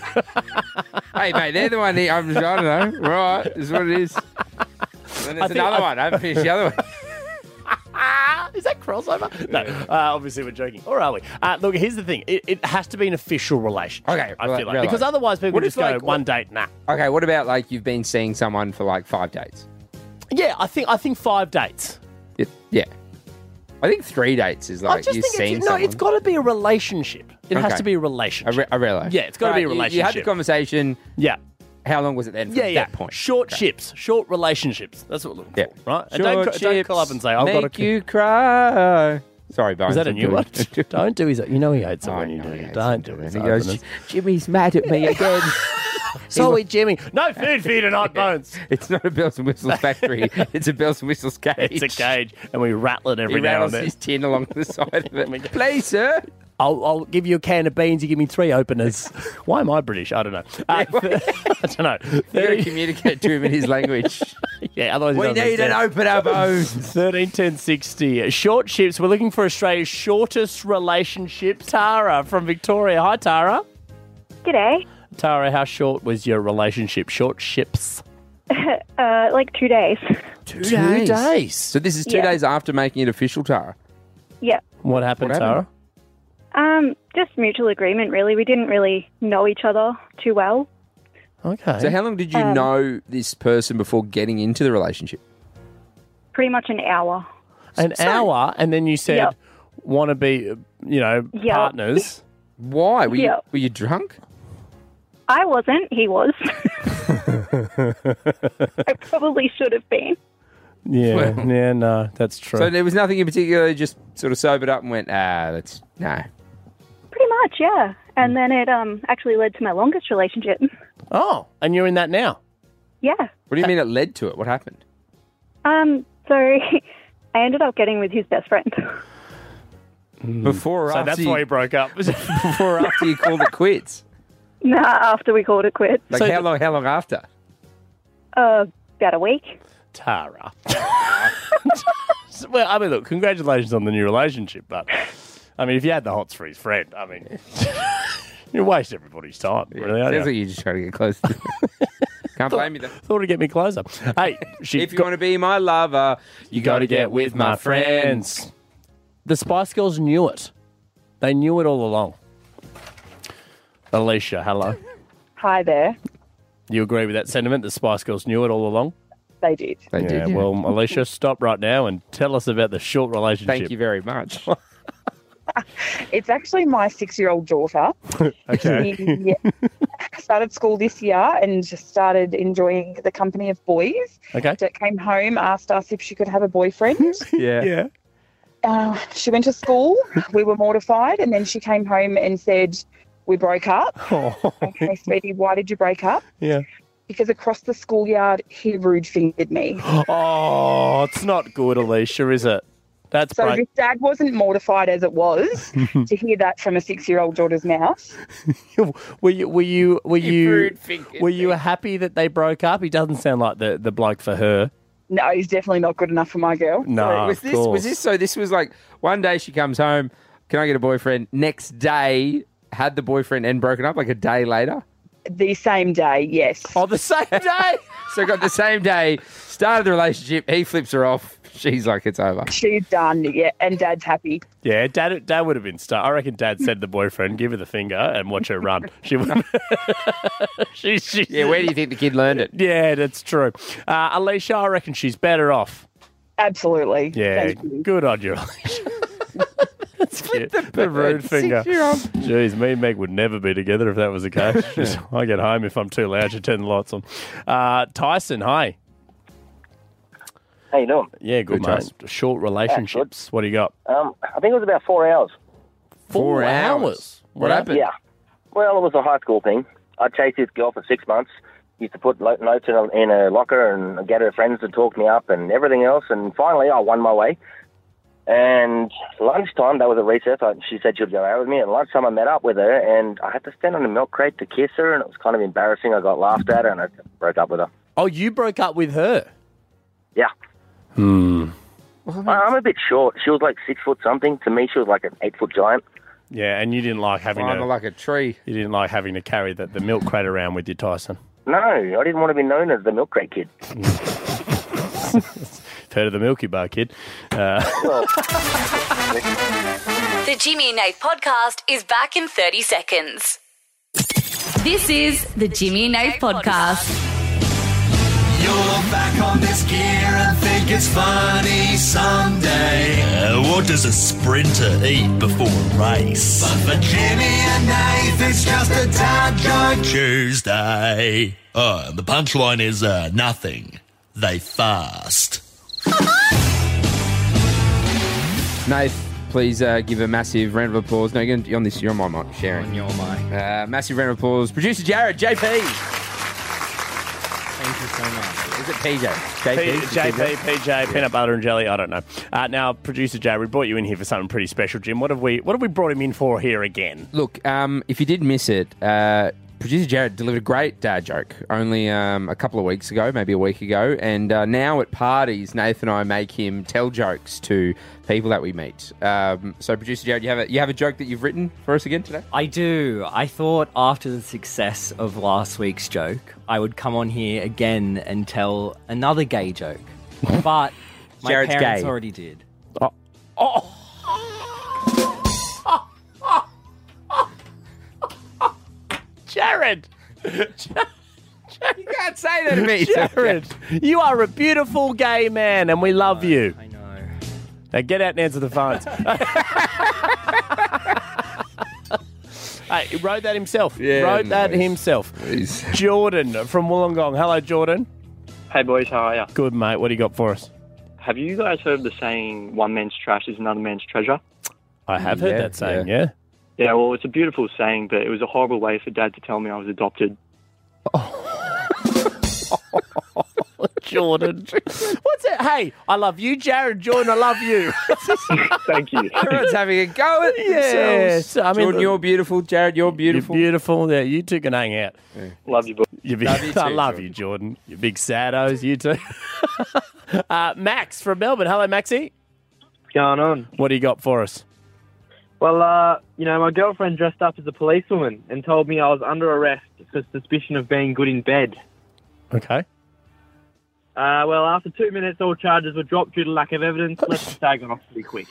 [SPEAKER 3] hey, mate, they're the one. That, I'm just, I don't know. Right, is what it is. And
[SPEAKER 2] I
[SPEAKER 3] there's
[SPEAKER 2] think-
[SPEAKER 3] another
[SPEAKER 2] I-
[SPEAKER 3] one. I haven't finished the other one.
[SPEAKER 2] Is that crossover? No, uh, obviously we're joking. Or are we? Uh, look, here's the thing. It, it has to be an official relationship. Okay, I feel like. Because otherwise people just go, one date, nah.
[SPEAKER 3] Okay, what about like you've been seeing someone for like five dates?
[SPEAKER 2] Yeah, I think I think five dates.
[SPEAKER 3] It, yeah. I think three dates is
[SPEAKER 2] I
[SPEAKER 3] like
[SPEAKER 2] just
[SPEAKER 3] you've
[SPEAKER 2] think
[SPEAKER 3] seen
[SPEAKER 2] it's,
[SPEAKER 3] someone.
[SPEAKER 2] no, it's got to be a relationship. It has
[SPEAKER 3] Okay.
[SPEAKER 2] to be a relationship.
[SPEAKER 3] a, re- a relationship.
[SPEAKER 2] Yeah, it's got to be a
[SPEAKER 3] Alright,
[SPEAKER 2] relationship.
[SPEAKER 3] You, you had the conversation.
[SPEAKER 2] Yeah.
[SPEAKER 3] How long was it then? From
[SPEAKER 2] yeah, yeah.
[SPEAKER 3] That point.
[SPEAKER 2] Short ships, short relationships. That's what we're looking for, right? And
[SPEAKER 3] Short
[SPEAKER 2] don't, cr- don't
[SPEAKER 3] ships
[SPEAKER 2] call up and say, "I've got a."
[SPEAKER 3] make you cry. Sorry, Bones.
[SPEAKER 2] Is that a
[SPEAKER 3] I'm
[SPEAKER 2] new
[SPEAKER 3] doing-
[SPEAKER 2] one? don't do his. You know he hates it when you do. it. Don't do it.
[SPEAKER 3] He goes, Jimmy's mad at me again.
[SPEAKER 2] Sorry, Jimmy. No food for you tonight, Bones.
[SPEAKER 3] It's not a bells and whistles factory. it's a bells and whistles cage. It's a
[SPEAKER 2] cage, and we rattle it every
[SPEAKER 3] he
[SPEAKER 2] now
[SPEAKER 3] rattles
[SPEAKER 2] and then.
[SPEAKER 3] his tin along the side of it. Play, sir.
[SPEAKER 2] I'll, I'll give you a can of beans. You give me three openers. Why am I British? I don't know. Uh, I don't know.
[SPEAKER 3] You got to communicate to him in his language.
[SPEAKER 2] yeah, otherwise he
[SPEAKER 3] we
[SPEAKER 2] doesn't
[SPEAKER 3] need an oh.
[SPEAKER 2] understand.
[SPEAKER 3] opener, Bones.
[SPEAKER 2] 13 10 60. Short ships. We're looking for Australia's shortest relationship. Tara from Victoria. Hi, Tara.
[SPEAKER 5] G'day.
[SPEAKER 2] Tara, how short was your relationship? Short ships.
[SPEAKER 5] uh, like two days.
[SPEAKER 3] Two,
[SPEAKER 2] days. days.
[SPEAKER 3] So this is two
[SPEAKER 5] Yeah.
[SPEAKER 3] days after making it official, Tara.
[SPEAKER 5] Yeah.
[SPEAKER 2] What happened,
[SPEAKER 3] What happened?
[SPEAKER 2] Tara?
[SPEAKER 5] Um, just mutual agreement, really. We didn't really know each other too well.
[SPEAKER 2] Okay.
[SPEAKER 3] So how long did you
[SPEAKER 5] Um,
[SPEAKER 3] know this person before getting into the relationship?
[SPEAKER 5] Pretty much an hour.
[SPEAKER 2] An hour, Uh, and then you said,
[SPEAKER 5] Yep.
[SPEAKER 2] want to be, uh, you know,
[SPEAKER 5] Yep.
[SPEAKER 2] partners.
[SPEAKER 3] Why?
[SPEAKER 5] Were you- Yep.
[SPEAKER 3] were you drunk?
[SPEAKER 5] I wasn't. He was. I probably should have been.
[SPEAKER 2] Yeah, yeah, no, that's true.
[SPEAKER 3] So there was nothing in particular. you Just sort of sobered up and went, ah, that's no.
[SPEAKER 5] Pretty much, yeah. And then it um actually led to my longest relationship.
[SPEAKER 2] oh, and you're in that now.
[SPEAKER 5] Yeah.
[SPEAKER 3] What do you mean it led to it? What happened?
[SPEAKER 5] Um. So I ended up getting with his best friend.
[SPEAKER 3] Before or
[SPEAKER 2] So
[SPEAKER 3] after
[SPEAKER 2] that's why you broke up. Before
[SPEAKER 3] or after you called it quits?
[SPEAKER 5] Nah. After we called it quits.
[SPEAKER 3] Like how long? How long after?
[SPEAKER 5] Uh, about a week.
[SPEAKER 2] Tara. well, I mean, look, congratulations on the new relationship, but I mean, if you had the hots for his friend, I mean, you waste everybody's time. really, aren't
[SPEAKER 3] Sounds like you're just trying to get close. To Can't blame you. Though.
[SPEAKER 2] Thought it'd get me closer. Hey, she
[SPEAKER 3] if you want to be my lover, you got to get with my friends.
[SPEAKER 2] The Spice Girls knew it. They knew it all along. Alicia, hello.
[SPEAKER 22] Hi there.
[SPEAKER 2] You agree with that sentiment? The Spice Girls knew it all along?
[SPEAKER 22] They did.
[SPEAKER 2] yeah, Well, Alicia, stop right now and tell us about the short relationship.
[SPEAKER 3] Thank you very much.
[SPEAKER 22] It's actually my six-year-old daughter. She started school this year and just started enjoying the company of boys.
[SPEAKER 2] Okay.
[SPEAKER 22] That came home, asked us if she could have a boyfriend.
[SPEAKER 3] Yeah.
[SPEAKER 2] Yeah.
[SPEAKER 22] Uh, she went to school. We were mortified, and then she came home and said, "We broke up."
[SPEAKER 2] Oh.
[SPEAKER 22] okay, sweetie, why did you break up?
[SPEAKER 2] Yeah.
[SPEAKER 22] Because across the schoolyard, he rude fingered me.
[SPEAKER 2] Oh, it's not good, Alicia, is it? That's
[SPEAKER 22] So
[SPEAKER 2] break-
[SPEAKER 22] if dad wasn't mortified as it was to hear that from a six-year-old daughter's mouth,
[SPEAKER 2] Were you were you were you
[SPEAKER 22] rude fingered
[SPEAKER 2] were you happy that they broke up? He doesn't sound like the, the bloke for her.
[SPEAKER 22] no, he's definitely not good enough for my girl.
[SPEAKER 2] No,
[SPEAKER 3] Wait, was
[SPEAKER 2] of
[SPEAKER 3] this
[SPEAKER 2] course.
[SPEAKER 3] was this so this was like one day she comes home, can I get a boyfriend? Next day had the boyfriend and broken up like a day later.
[SPEAKER 22] The same day, yes.
[SPEAKER 2] Oh, the same day.
[SPEAKER 3] so got the same day, started the relationship, he flips her off. She's like it's over.
[SPEAKER 22] She's done, yeah, and dad's happy.
[SPEAKER 2] Yeah, dad dad would have been stuck. I reckon dad said to the boyfriend, give her the finger and watch her run. She would she, she,
[SPEAKER 3] Yeah, where do you think the kid learned it?
[SPEAKER 2] Yeah, that's true. Uh, Alicia, I reckon she's better off.
[SPEAKER 22] Absolutely.
[SPEAKER 2] Yeah,
[SPEAKER 22] Thank you.
[SPEAKER 2] good on you, Alicia. That's cute. The, rude
[SPEAKER 22] bird,
[SPEAKER 2] finger.
[SPEAKER 22] six-year-old.
[SPEAKER 2] Jeez, me and Meg would never be together if that was the case. Just- I get home if I'm too loud to turn the lights on. Uh, Tyson, hi.
[SPEAKER 23] How you doing?
[SPEAKER 2] Yeah, good,
[SPEAKER 23] Good,
[SPEAKER 2] mate.
[SPEAKER 23] Tyson.
[SPEAKER 2] Short relationships. what do you got?
[SPEAKER 23] Um, I think it was about four hours.
[SPEAKER 2] Four Four hours? hours? What happened?
[SPEAKER 23] Yeah. Well, it was a high school thing. I chased this girl for six months. Used to put lo- notes in, a, in her locker and get her friends to talk me up and everything else. And finally, I won my way. And lunchtime, that was a recess. I, she said she'd go out with me. And lunchtime, I met up with her and I had to stand on a milk crate to kiss her. And it was kind of embarrassing. I got laughed at and I broke up with her.
[SPEAKER 2] Oh, you broke up with her.
[SPEAKER 23] Yeah.
[SPEAKER 2] Hmm.
[SPEAKER 23] I- I'm a bit short. She was like six foot something. To me, she was like an eight foot giant.
[SPEAKER 2] Yeah, and you didn't like having
[SPEAKER 23] Fine,
[SPEAKER 2] to
[SPEAKER 23] I
[SPEAKER 2] like
[SPEAKER 3] a tree.
[SPEAKER 2] You didn't like having to carry the, the milk crate around with you, Tyson.
[SPEAKER 23] No, I didn't want to be known as the milk crate kid.
[SPEAKER 2] Heard of the Milky Bar kid? Uh,
[SPEAKER 11] The Jimmy and Nate podcast is back in 30 seconds. This is the Jimmy and Nate podcast.
[SPEAKER 4] You'll look back on this gear and think it's funny someday. Uh, what does a sprinter eat before a race? But for Jimmy and Nath, it's just a dad joke Tuesday. Oh, and the punchline is uh, nothing. They fast.
[SPEAKER 3] Nath, please uh, give a massive round of applause. No, you're gonna- you're on this. You're on my mic, Sharon. you're on my. Uh, massive round of applause. Producer Jared, JP. Thank you so much. Is it PJ?
[SPEAKER 2] P-
[SPEAKER 3] JP?
[SPEAKER 2] JP, PJ, peanut butter and jelly. I don't know. Uh, now, producer Jay, we brought you in here for something pretty special, Jim. What have we? What have we brought him in for here again?
[SPEAKER 3] Look, um, if you did miss it, uh, producer Jared delivered a great dad joke only um, a couple of weeks ago, maybe a week ago, and uh, now at parties, Nathan and I make him tell jokes to people that we meet. Um, so, producer Jared, you have a you have a joke that you've written for us again today.
[SPEAKER 7] I do. I thought after the success of last week's joke, I would come on here again and tell another gay joke. But my Jared's parents gay. already did.
[SPEAKER 2] Oh, Jared.
[SPEAKER 3] you can't say
[SPEAKER 4] that to me.
[SPEAKER 2] Jared. You are a beautiful gay man, and we love you. I know. Now get out and answer the phones. hey, he wrote that himself.
[SPEAKER 4] Yeah,
[SPEAKER 2] wrote
[SPEAKER 4] no,
[SPEAKER 2] that
[SPEAKER 4] he's-
[SPEAKER 2] himself. Jordan from Wollongong. Hello, Jordan.
[SPEAKER 8] Hey boys, how are ya?
[SPEAKER 2] Good mate. What do you got for us?
[SPEAKER 8] Have you guys heard the saying, one man's trash is another man's treasure?
[SPEAKER 2] I have heard
[SPEAKER 8] Yeah,
[SPEAKER 2] that saying. Yeah.
[SPEAKER 8] Yeah, well, it's a beautiful saying, but it was a horrible way for dad to tell me I was adopted.
[SPEAKER 2] Jordan. What's it? Hey, I love you, Jared. Jordan, I love you.
[SPEAKER 8] Thank you.
[SPEAKER 3] Everyone's having a go at
[SPEAKER 2] yes.
[SPEAKER 3] themselves.
[SPEAKER 2] I mean,
[SPEAKER 3] Jordan, you're beautiful. Jared, you're beautiful.
[SPEAKER 2] You're beautiful. Yeah, you two can hang out.
[SPEAKER 8] Love you, boy.
[SPEAKER 2] You big,
[SPEAKER 8] Love you too,
[SPEAKER 2] I love
[SPEAKER 8] Jordan.
[SPEAKER 2] you, Jordan. You big saddos, you two. uh, Max from Melbourne. Hello, Maxie.
[SPEAKER 10] What's going on?
[SPEAKER 2] What do you got for us?
[SPEAKER 10] Well, uh, you know, my girlfriend dressed up as a policewoman and told me I was under arrest for suspicion of being good in bed.
[SPEAKER 2] Okay.
[SPEAKER 10] Uh, well, after two minutes, all charges were dropped due to lack of evidence. Left the tag off pretty quick.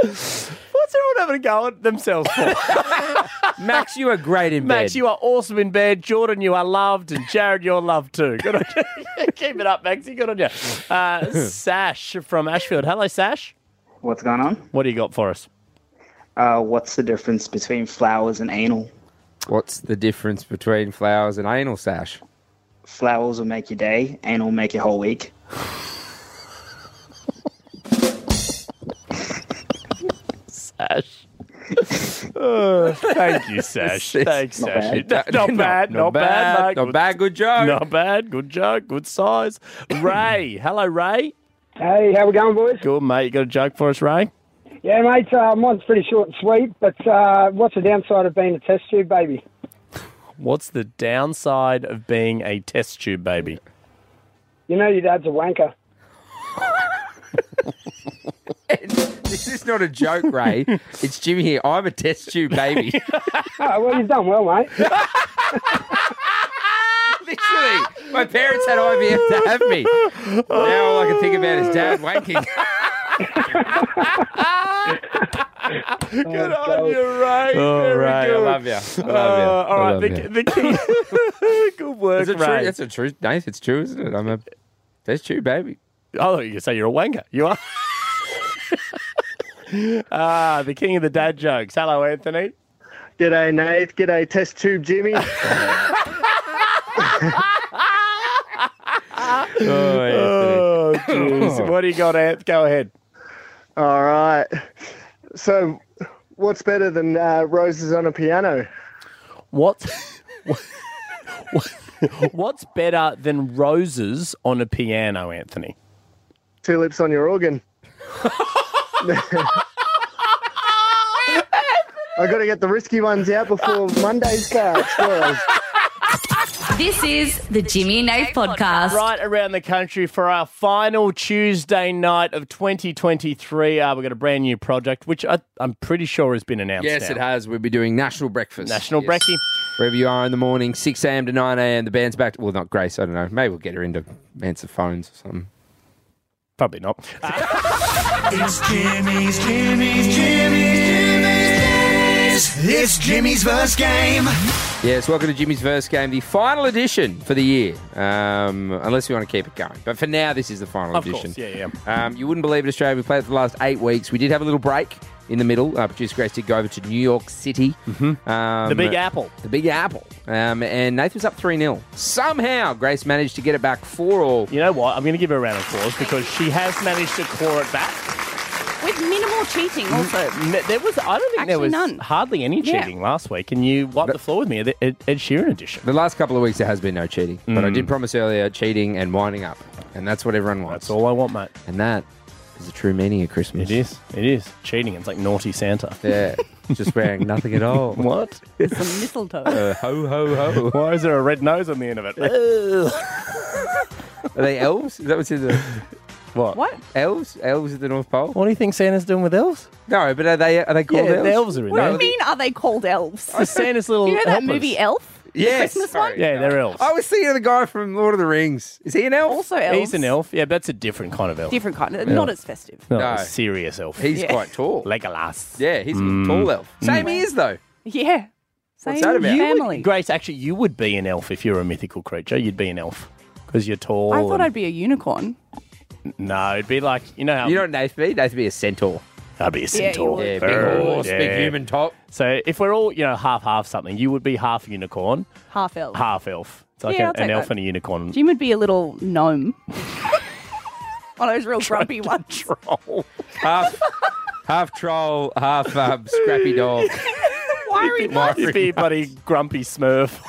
[SPEAKER 2] What's everyone having a go at themselves for?
[SPEAKER 3] Max, you are great in
[SPEAKER 2] Max,
[SPEAKER 3] bed.
[SPEAKER 2] you are awesome in bed. Jordan, you are loved. And Jared, you're loved too. Good on you. Keep it up, Maxie. Good on you. Uh, Sash from Ashfield. Hello, Sash.
[SPEAKER 24] What's going on?
[SPEAKER 2] What do you got for us?
[SPEAKER 24] Uh, what's the difference between flowers and anal?
[SPEAKER 3] What's the difference between flowers and anal sash?
[SPEAKER 24] Flowers will make your day, anal will make your whole week.
[SPEAKER 2] Sash. Uh, thank you, Sash.
[SPEAKER 3] This is
[SPEAKER 2] Thanks,
[SPEAKER 3] not
[SPEAKER 2] Sash.
[SPEAKER 3] bad.
[SPEAKER 2] Not, not
[SPEAKER 3] Not-
[SPEAKER 2] bad.
[SPEAKER 3] not
[SPEAKER 2] Not bad.
[SPEAKER 3] bad, not bad, Good joke.
[SPEAKER 2] Not bad. Good joke. Good size. Ray. Hello, Ray.
[SPEAKER 25] Hey, how we going, boys?
[SPEAKER 2] Good, mate. You got a joke for us, Ray?
[SPEAKER 25] Yeah, mate, uh, mine's pretty short and sweet, but uh, what's the downside of being a test tube baby?
[SPEAKER 2] What's the downside of being a test tube baby?
[SPEAKER 25] You know your dad's a wanker.
[SPEAKER 3] This is not a joke, Ray. it's Jimmy here. I'm a test tube baby.
[SPEAKER 25] oh, well, you've done well, mate.
[SPEAKER 2] Ah.
[SPEAKER 3] Literally, my parents had IVF to have me. Now all I can think about is
[SPEAKER 2] Oh.
[SPEAKER 3] dad wanking.
[SPEAKER 2] Good on you, Ray.
[SPEAKER 3] Oh,
[SPEAKER 2] Very
[SPEAKER 3] Ray, I
[SPEAKER 2] good.
[SPEAKER 3] love ya. I love ya.
[SPEAKER 2] Uh, all
[SPEAKER 3] I
[SPEAKER 2] right,
[SPEAKER 3] love
[SPEAKER 2] the,
[SPEAKER 3] ya.
[SPEAKER 2] the key. good work,
[SPEAKER 3] Is it true?
[SPEAKER 2] Ray.
[SPEAKER 3] That's a true, Nath. It's true, isn't it? I'm a test tube baby.
[SPEAKER 2] Oh, you say you're a wanker. You are. ah, the king of the dad jokes. Hello, Anthony.
[SPEAKER 26] G'day, Nate. G'day, Test Tube Jimmy.
[SPEAKER 2] Oh, jeez. what do you got, Anth? Go ahead.
[SPEAKER 26] All right. So, what's better than uh, roses on a piano?
[SPEAKER 2] What? What's better than roses on a piano, Anthony?
[SPEAKER 26] Tulips on your organ. I got to get the risky ones out before Monday starts. Boys.
[SPEAKER 11] This is the Jimmy and Nate podcast.
[SPEAKER 2] Right around the country for our final Tuesday night of 2023. Uh, we've got a brand new project, which I, I'm pretty sure has been announced.
[SPEAKER 3] Yes,
[SPEAKER 2] now.
[SPEAKER 3] it has. We'll be doing National Breakfast.
[SPEAKER 2] National
[SPEAKER 3] Yes.
[SPEAKER 2] Brekkie.
[SPEAKER 3] Wherever you are in the morning, 6 a.m. to 9 a.m., the band's back. Well, not Grace, I don't know. Maybe we'll get her into answer phones or something.
[SPEAKER 2] Probably not.
[SPEAKER 4] It's Jimmy's, Jimmy's, Jimmy's, Jimmy's, Jimmy's. It's Jimmy's first game.
[SPEAKER 3] Yes, welcome to Jimmy's First Game, the final edition for the year, um, unless we want to keep it going. But for now, this is the final
[SPEAKER 2] Of
[SPEAKER 3] edition.
[SPEAKER 2] course, yeah,
[SPEAKER 3] yeah. Um, you wouldn't believe it, Australia. We played for the last eight weeks. We did have a little break in the middle. Uh, producer Grace did go over to New York City. Mm-hmm. Um,
[SPEAKER 2] The Big Apple.
[SPEAKER 3] The Big Apple. Um, and Nathan's up 3 0. Somehow, Grace managed to get it back 4 all.
[SPEAKER 2] You know what? I'm going to give her a round of applause because she has managed to claw it back.
[SPEAKER 1] With minimal cheating,
[SPEAKER 2] Mm.
[SPEAKER 1] also.
[SPEAKER 2] N- There was, I don't think there
[SPEAKER 1] Actually,
[SPEAKER 2] was
[SPEAKER 1] none.
[SPEAKER 2] hardly any
[SPEAKER 1] Yeah.
[SPEAKER 2] cheating last week, and you wiped the floor with me at the Ed, Ed Sheeran edition. Mm.
[SPEAKER 3] The last couple of weeks, there has been no cheating. But I did promise earlier cheating and winding up. And that's what everyone wants. That's all
[SPEAKER 2] I want, mate.
[SPEAKER 3] And that is the true meaning of Christmas.
[SPEAKER 2] It is. It is. Cheating. It's like naughty Santa.
[SPEAKER 3] Yeah. Just wearing nothing at all.
[SPEAKER 2] What?
[SPEAKER 1] Some mistletoe.
[SPEAKER 3] Uh, ho, ho, ho.
[SPEAKER 2] Why is there a red nose on the end of it?
[SPEAKER 3] Are they elves? Is that what's in the
[SPEAKER 2] what?
[SPEAKER 1] What?
[SPEAKER 3] Elves? Elves at the North Pole?
[SPEAKER 2] What do you think Santa's doing with elves?
[SPEAKER 3] No, but are they are they called
[SPEAKER 2] Yeah,
[SPEAKER 3] elves?
[SPEAKER 2] the elves are in
[SPEAKER 1] What do
[SPEAKER 2] there.
[SPEAKER 1] you mean, are they called elves?
[SPEAKER 2] Oh, Santa's little
[SPEAKER 1] You know that
[SPEAKER 2] helpers.
[SPEAKER 1] movie Elf? The
[SPEAKER 3] Yes,
[SPEAKER 1] Christmas
[SPEAKER 3] sorry.
[SPEAKER 1] one?
[SPEAKER 2] Yeah, they're elves.
[SPEAKER 3] I was thinking of the guy from Lord of the Rings. Is he an elf?
[SPEAKER 1] Also elves.
[SPEAKER 2] He's an elf. Yeah, but that's a different kind of elf.
[SPEAKER 1] Different kind.
[SPEAKER 2] Yeah.
[SPEAKER 1] Not as festive.
[SPEAKER 2] No,
[SPEAKER 3] No.
[SPEAKER 2] a serious elf.
[SPEAKER 3] He's Yeah. quite tall.
[SPEAKER 2] Legolas. Mm.
[SPEAKER 3] Yeah, he's a tall elf. Same he is though.
[SPEAKER 1] Yeah. Same
[SPEAKER 3] What's that about?
[SPEAKER 2] You would-
[SPEAKER 1] family.
[SPEAKER 2] Grace, actually, you would be an elf if you were a mythical creature. You'd be an elf because you're tall.
[SPEAKER 1] I thought
[SPEAKER 2] and-
[SPEAKER 1] I'd be a unicorn.
[SPEAKER 2] No, it'd be like you know how
[SPEAKER 3] You know what Nath be? Nath be a centaur.
[SPEAKER 2] I'd be a
[SPEAKER 1] Yeah, you
[SPEAKER 2] centaur.
[SPEAKER 1] would. Yeah,
[SPEAKER 3] big horse, big human top.
[SPEAKER 2] So if we're all you know half half something, you would be half unicorn,
[SPEAKER 1] Half elf.
[SPEAKER 2] half elf. It's like
[SPEAKER 1] Yeah,
[SPEAKER 2] a-
[SPEAKER 1] I'll take
[SPEAKER 2] an elf
[SPEAKER 1] that.
[SPEAKER 2] and a unicorn.
[SPEAKER 1] Jim would be a little gnome. One of those real grumpy ones.
[SPEAKER 2] Troll.
[SPEAKER 3] Half half troll, half um, scrappy dog.
[SPEAKER 1] Wiry
[SPEAKER 3] Wiry
[SPEAKER 2] You'd be a bloody grumpy Smurf.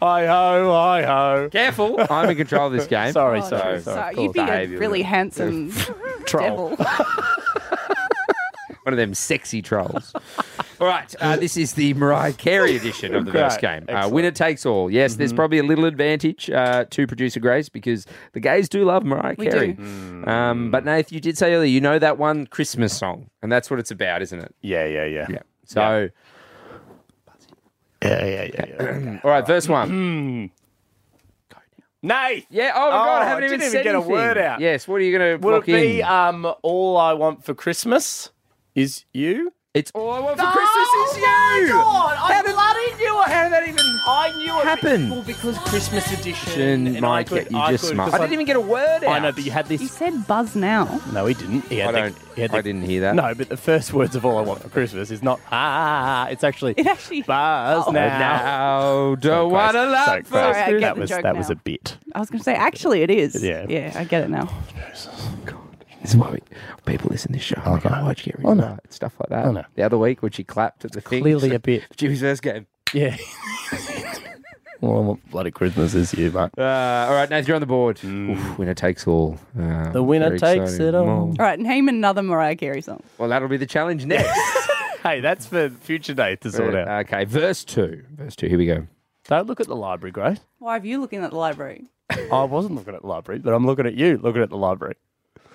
[SPEAKER 2] hi ho, hi ho.
[SPEAKER 3] Careful, I'm in control of this game.
[SPEAKER 2] Sorry,
[SPEAKER 1] Oh,
[SPEAKER 2] sorry,
[SPEAKER 1] no,
[SPEAKER 2] sorry.
[SPEAKER 1] sorry. You'd be a really handsome
[SPEAKER 2] Troll.
[SPEAKER 1] devil.
[SPEAKER 3] One of them sexy trolls. all right, uh, this is the Mariah Carey edition of the
[SPEAKER 2] Great. Mm-hmm.
[SPEAKER 3] first game. Uh, winner takes all. Yes, there's probably a little advantage uh, to producer Grace because the gays do love Mariah
[SPEAKER 1] We
[SPEAKER 3] Carey.
[SPEAKER 1] do.
[SPEAKER 2] Mm.
[SPEAKER 3] Um, but Nath, you did say earlier you know that one Christmas song, and that's what it's about, isn't it?
[SPEAKER 2] Yeah, yeah, yeah.
[SPEAKER 3] Yeah. So,
[SPEAKER 2] Yeah, yeah, yeah. yeah.
[SPEAKER 3] all right, verse one.
[SPEAKER 2] Nay.
[SPEAKER 3] Yeah. Oh my God, I haven't even
[SPEAKER 2] didn't
[SPEAKER 3] said
[SPEAKER 2] get a
[SPEAKER 3] anything.
[SPEAKER 2] word out.
[SPEAKER 3] Yes. What are you going to
[SPEAKER 2] Would it
[SPEAKER 3] lock
[SPEAKER 2] be
[SPEAKER 3] in?
[SPEAKER 2] um, all I want for Christmas is you?
[SPEAKER 3] It's all I want for
[SPEAKER 2] Oh
[SPEAKER 3] Christmas is you.
[SPEAKER 2] I bloody knew it. How did that even? I knew it
[SPEAKER 3] Happened.
[SPEAKER 2] Well, because Christmas edition.
[SPEAKER 3] Jen,
[SPEAKER 2] and I
[SPEAKER 3] Mike,
[SPEAKER 2] could-
[SPEAKER 3] you
[SPEAKER 2] I
[SPEAKER 3] just
[SPEAKER 2] could-
[SPEAKER 3] smart.
[SPEAKER 2] 'cause
[SPEAKER 3] I didn't even get a word out.
[SPEAKER 2] I know, but you had
[SPEAKER 1] He
[SPEAKER 2] this.
[SPEAKER 1] said buzz now.
[SPEAKER 2] No, he didn't. He had
[SPEAKER 3] I
[SPEAKER 2] the-
[SPEAKER 3] don't.
[SPEAKER 2] he had the-
[SPEAKER 3] I didn't hear that.
[SPEAKER 2] No, but the first words of all I want for Christmas is not ah. It's actually
[SPEAKER 1] It actually.
[SPEAKER 2] buzz
[SPEAKER 1] Oh.
[SPEAKER 2] now.
[SPEAKER 3] Now don't want to
[SPEAKER 2] Sorry,
[SPEAKER 3] Oh, love
[SPEAKER 2] Grace.
[SPEAKER 1] Sorry, I get
[SPEAKER 2] that
[SPEAKER 1] the
[SPEAKER 2] was
[SPEAKER 1] joke
[SPEAKER 2] that was
[SPEAKER 1] now.
[SPEAKER 2] a bit.
[SPEAKER 1] I was going to say, actually, it is.
[SPEAKER 2] Yeah.
[SPEAKER 1] Yeah, I get it now.
[SPEAKER 3] This is why we, people listen to this show. Oh, no. Why'd you get rid of that? Stuff like that.
[SPEAKER 2] Oh, no.
[SPEAKER 3] The other week when she clapped at the thing.
[SPEAKER 2] Clearly a bit.
[SPEAKER 3] Jimmy's first game.
[SPEAKER 2] Yeah. all I want for bloody Christmas is you, mate.
[SPEAKER 3] Uh, all right, Nathan, you're on the board. Oof, winner takes all. Uh,
[SPEAKER 2] The winner
[SPEAKER 3] very
[SPEAKER 2] takes
[SPEAKER 3] exciting.
[SPEAKER 2] it all.
[SPEAKER 1] All right, name another Mariah Carey song.
[SPEAKER 3] Well, that'll be the challenge next.
[SPEAKER 2] Hey, that's for future day to sort out.
[SPEAKER 3] okay, verse two. Verse two, here we go.
[SPEAKER 2] Don't look at the library, Grace.
[SPEAKER 1] Why are you looking at the library?
[SPEAKER 2] I wasn't looking at the library, but I'm looking at you, looking at the library.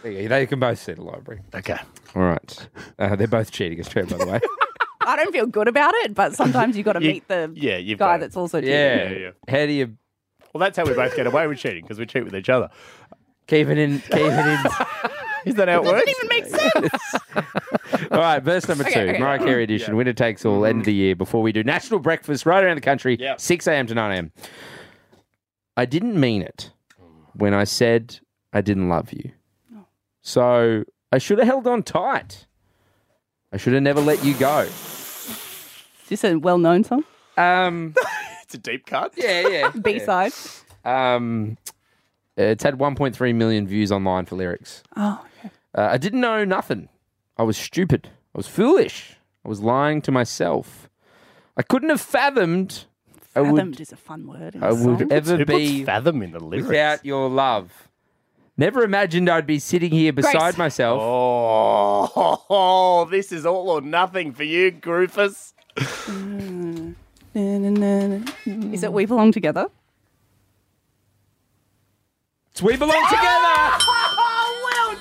[SPEAKER 3] There you go. They can both see the library.
[SPEAKER 2] Okay.
[SPEAKER 3] All right. Uh, they're both cheating Australia, by the way.
[SPEAKER 1] I don't feel good about it, but sometimes you got to
[SPEAKER 2] You-
[SPEAKER 1] meet the
[SPEAKER 2] yeah, you've
[SPEAKER 1] guy
[SPEAKER 2] got it.
[SPEAKER 1] that's also cheating.
[SPEAKER 3] yeah.
[SPEAKER 2] Yeah, yeah.
[SPEAKER 3] How do you
[SPEAKER 2] Well, that's how we both get away with cheating because we cheat with each other.
[SPEAKER 3] keep it in? Keep it in.
[SPEAKER 2] Is that how it works?
[SPEAKER 1] Doesn't even make sense.
[SPEAKER 3] All right, verse number
[SPEAKER 1] Okay,
[SPEAKER 3] two,
[SPEAKER 1] okay.
[SPEAKER 3] Mariah Carey edition, winner takes all, end of the year, before we do national breakfast right around the country, 6 a.m. to 9 a.m. I didn't mean it when I said I didn't love you.
[SPEAKER 1] Oh.
[SPEAKER 3] So I should have held on tight. I should have never let you go.
[SPEAKER 1] Is this a well-known song?
[SPEAKER 3] Um,
[SPEAKER 2] It's a deep cut.
[SPEAKER 3] yeah, yeah.
[SPEAKER 1] B-side.
[SPEAKER 3] yeah. Um, it's had 1.3 million views online for lyrics.
[SPEAKER 1] Oh, okay.
[SPEAKER 3] Uh, I didn't know nothing. I was stupid. I was foolish. I was lying to myself. I couldn't have fathomed, I
[SPEAKER 1] Fathomed
[SPEAKER 3] would,
[SPEAKER 1] is a fun word. In
[SPEAKER 3] I
[SPEAKER 1] a
[SPEAKER 3] would
[SPEAKER 1] song.
[SPEAKER 3] ever
[SPEAKER 2] Who
[SPEAKER 3] be
[SPEAKER 2] puts fathom in the lyrics?
[SPEAKER 3] without your love. Never imagined I'd be sitting here beside
[SPEAKER 1] Grace.
[SPEAKER 3] myself.
[SPEAKER 2] Oh, this is all or nothing for you, Groofus.
[SPEAKER 1] Na, na, Is it We Belong Together?
[SPEAKER 3] It's We Belong
[SPEAKER 1] Oh,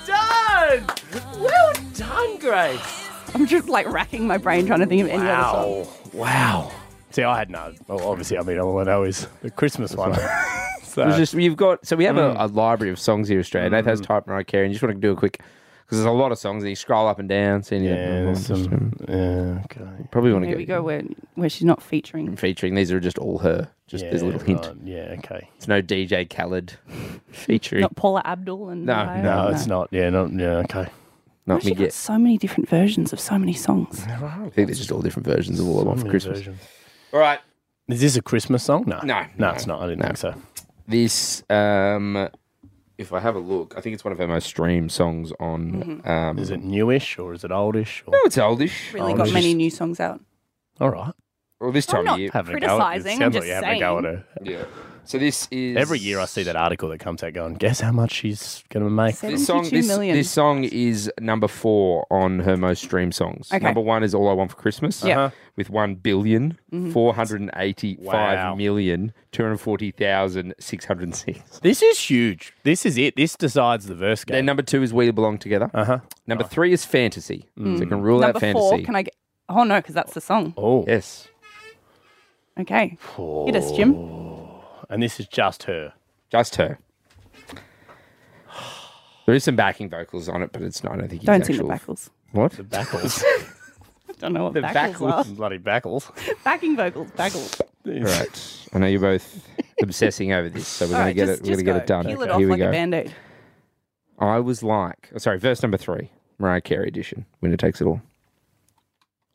[SPEAKER 2] well done! Well done, Grace.
[SPEAKER 1] I'm just like racking my brain trying to think of any other song.
[SPEAKER 2] Wow. Wow. See, I had no. Well, obviously, I mean, all I know is the Christmas one.
[SPEAKER 3] It
[SPEAKER 2] so,
[SPEAKER 3] was just you've got so we have
[SPEAKER 2] Mm.
[SPEAKER 3] a, a library of songs here in Australia. Nath has type right care, and you just want to do a quick because there's a lot of songs and you scroll up and down, seeing
[SPEAKER 2] Yeah, there's some- yeah, okay.
[SPEAKER 3] Probably want to
[SPEAKER 1] Here
[SPEAKER 3] get
[SPEAKER 1] we go, where, where she's not featuring.
[SPEAKER 3] featuring. These are just all her. Just there's a
[SPEAKER 2] Yeah,
[SPEAKER 3] little hint.
[SPEAKER 2] right. Yeah, okay.
[SPEAKER 3] It's no DJ Khaled featuring.
[SPEAKER 1] Not Paula Abdul and
[SPEAKER 3] No,
[SPEAKER 1] Mariah,
[SPEAKER 2] no, it's not. Yeah, not. Yeah, okay.
[SPEAKER 3] Not
[SPEAKER 1] She
[SPEAKER 3] me
[SPEAKER 1] got
[SPEAKER 3] get.
[SPEAKER 1] so many different versions of so many songs.
[SPEAKER 3] I think they're just all different versions of all I want for
[SPEAKER 2] many
[SPEAKER 3] Christmas.
[SPEAKER 2] versions.
[SPEAKER 3] All right.
[SPEAKER 2] Is this a Christmas song? No.
[SPEAKER 3] No,
[SPEAKER 2] No, it's not. I didn't think so.
[SPEAKER 3] This, um, if I have a look, I think it's one of her most streamed songs on.
[SPEAKER 1] Mm-hmm.
[SPEAKER 3] Um, is
[SPEAKER 2] it newish or is it oldish? Or?
[SPEAKER 3] No, it's oldish.
[SPEAKER 1] Really got many new songs out.
[SPEAKER 2] All right.
[SPEAKER 3] Well, this
[SPEAKER 1] I'm
[SPEAKER 3] time
[SPEAKER 1] not
[SPEAKER 3] of year,
[SPEAKER 1] Have a go at- it criticising, sounds I'm like you're just having a go at saying.
[SPEAKER 3] Yeah. So this is
[SPEAKER 2] every year I see that article that comes out going, guess how much she's going to make.
[SPEAKER 3] This song, this, this song is number four on her most streamed songs.
[SPEAKER 2] Okay.
[SPEAKER 3] Number one is "All I Want for Christmas,"
[SPEAKER 2] Yeah. Uh-huh.
[SPEAKER 3] with one billion
[SPEAKER 1] Mm-hmm.
[SPEAKER 2] Mhm.
[SPEAKER 3] four hundred eighty-five
[SPEAKER 2] Wow.
[SPEAKER 3] million two hundred forty thousand six hundred six.
[SPEAKER 2] This is huge. This is it. This decides the verse game. Uh-huh.
[SPEAKER 3] Then number two is "We Belong Together." Uh huh. Number three is "Fantasy," so you can rule
[SPEAKER 1] Hmm. Mm. Number
[SPEAKER 3] out fantasy.
[SPEAKER 1] four, can I get? Oh no, because that's the song.
[SPEAKER 2] Oh
[SPEAKER 3] yes.
[SPEAKER 1] Okay, hit us, Jim.
[SPEAKER 2] Oh, And this is just her.
[SPEAKER 3] Just her. There is some backing vocals on it, but it's not. I don't think. it's
[SPEAKER 1] Don't sing the
[SPEAKER 3] actual-
[SPEAKER 1] backles.
[SPEAKER 3] What?
[SPEAKER 2] The backles.
[SPEAKER 1] Don't know what
[SPEAKER 2] the
[SPEAKER 1] backles
[SPEAKER 2] backles. Bloody backles.
[SPEAKER 1] Backing vocals, backles.
[SPEAKER 3] All right. I know you're both obsessing over this, so we're
[SPEAKER 1] All
[SPEAKER 3] going
[SPEAKER 1] right,
[SPEAKER 3] to get
[SPEAKER 1] just-
[SPEAKER 3] it. We're going to
[SPEAKER 1] just
[SPEAKER 3] get
[SPEAKER 1] go.
[SPEAKER 3] it done.
[SPEAKER 1] Peel it
[SPEAKER 3] Okay,
[SPEAKER 1] off
[SPEAKER 3] Here we
[SPEAKER 1] like a
[SPEAKER 3] go.
[SPEAKER 1] Band-Aid.
[SPEAKER 3] I was like, oh, sorry, verse number three, Mariah Carey edition. Winner takes it all.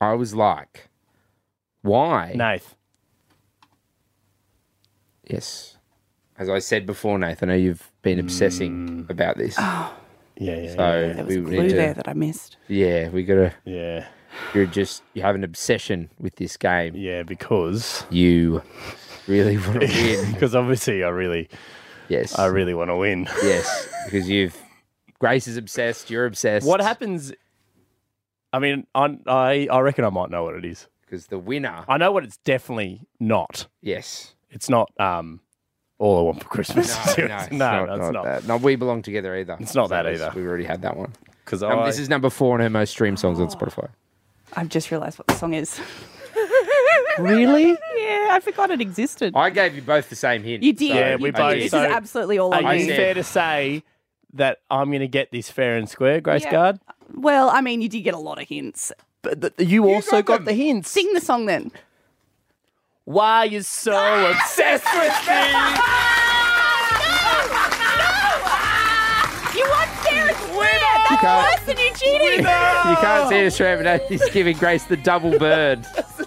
[SPEAKER 3] I was like, why?
[SPEAKER 2] Nath.
[SPEAKER 3] Yes. As I said before, Nath, I know you've been obsessing about this.
[SPEAKER 1] Oh.
[SPEAKER 2] Mm. Yeah, yeah.
[SPEAKER 3] So
[SPEAKER 2] yeah.
[SPEAKER 3] we need
[SPEAKER 1] clue
[SPEAKER 3] to-
[SPEAKER 1] there that I missed.
[SPEAKER 3] Yeah, we got to.
[SPEAKER 2] Yeah.
[SPEAKER 3] You're just you have an obsession with this game.
[SPEAKER 2] Yeah, because
[SPEAKER 3] you really want to win.
[SPEAKER 2] Because obviously, I really.
[SPEAKER 3] Yes.
[SPEAKER 2] I really want to win.
[SPEAKER 3] Yes, because you've. Grace is obsessed. You're obsessed.
[SPEAKER 2] What happens? I mean, I I, I reckon I might know what it is.
[SPEAKER 3] Because the winner.
[SPEAKER 2] I know what it's definitely not.
[SPEAKER 3] Yes.
[SPEAKER 2] It's not um, all I want for Christmas.
[SPEAKER 3] No, no,
[SPEAKER 2] It's
[SPEAKER 3] it's
[SPEAKER 2] no,
[SPEAKER 3] not-
[SPEAKER 2] no, it's
[SPEAKER 3] not
[SPEAKER 2] not.
[SPEAKER 3] that. No, we belong together either.
[SPEAKER 2] It's not that
[SPEAKER 3] it's-
[SPEAKER 2] either.
[SPEAKER 3] We've already had that one.
[SPEAKER 2] 'Cause
[SPEAKER 3] Um, this
[SPEAKER 2] I-
[SPEAKER 3] is number four on her most streamed songs on Spotify.
[SPEAKER 1] I've just realised what the song is.
[SPEAKER 2] really?
[SPEAKER 1] Yeah, I forgot it existed.
[SPEAKER 3] I gave you both the same hint.
[SPEAKER 1] You did.
[SPEAKER 2] yeah, we
[SPEAKER 1] You
[SPEAKER 2] both.
[SPEAKER 1] did. This
[SPEAKER 2] so
[SPEAKER 1] is absolutely all I
[SPEAKER 2] Are you
[SPEAKER 1] knew.
[SPEAKER 2] fair to say that I'm going to get this fair and square, Grace
[SPEAKER 1] Yeah.
[SPEAKER 2] Guard?
[SPEAKER 1] Well, I mean, you did get a lot of hints.
[SPEAKER 2] But you also got, the hints.
[SPEAKER 1] Sing the song then.
[SPEAKER 2] Why are you so obsessed with me?
[SPEAKER 1] You want fair and square. That's
[SPEAKER 3] can't-
[SPEAKER 1] worse than you cheating.
[SPEAKER 3] You can't see us, Trevor. but He's giving Grace the double bird.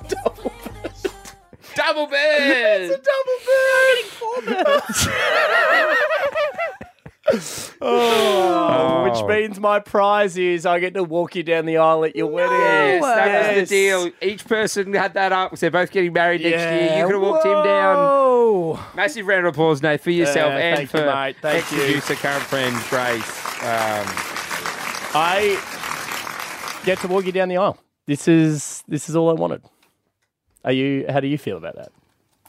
[SPEAKER 3] double bird.
[SPEAKER 2] Oh, Which means my prize is I get to walk you down the aisle at your wedding.
[SPEAKER 3] Yes, that was
[SPEAKER 2] Yes.
[SPEAKER 3] the deal. Each person had that up. 'cause They're both getting married next
[SPEAKER 2] Yeah.
[SPEAKER 3] year. You could have walked him
[SPEAKER 2] down.
[SPEAKER 3] Massive round of applause, Nate, for yourself
[SPEAKER 2] Yeah,
[SPEAKER 3] and
[SPEAKER 2] thank
[SPEAKER 3] for
[SPEAKER 2] you, mate. Thank you.
[SPEAKER 3] ex-producer, current friend, Grace. Um,
[SPEAKER 2] I get to walk you down the aisle. This is this is all I wanted. Are you? How do you feel about that?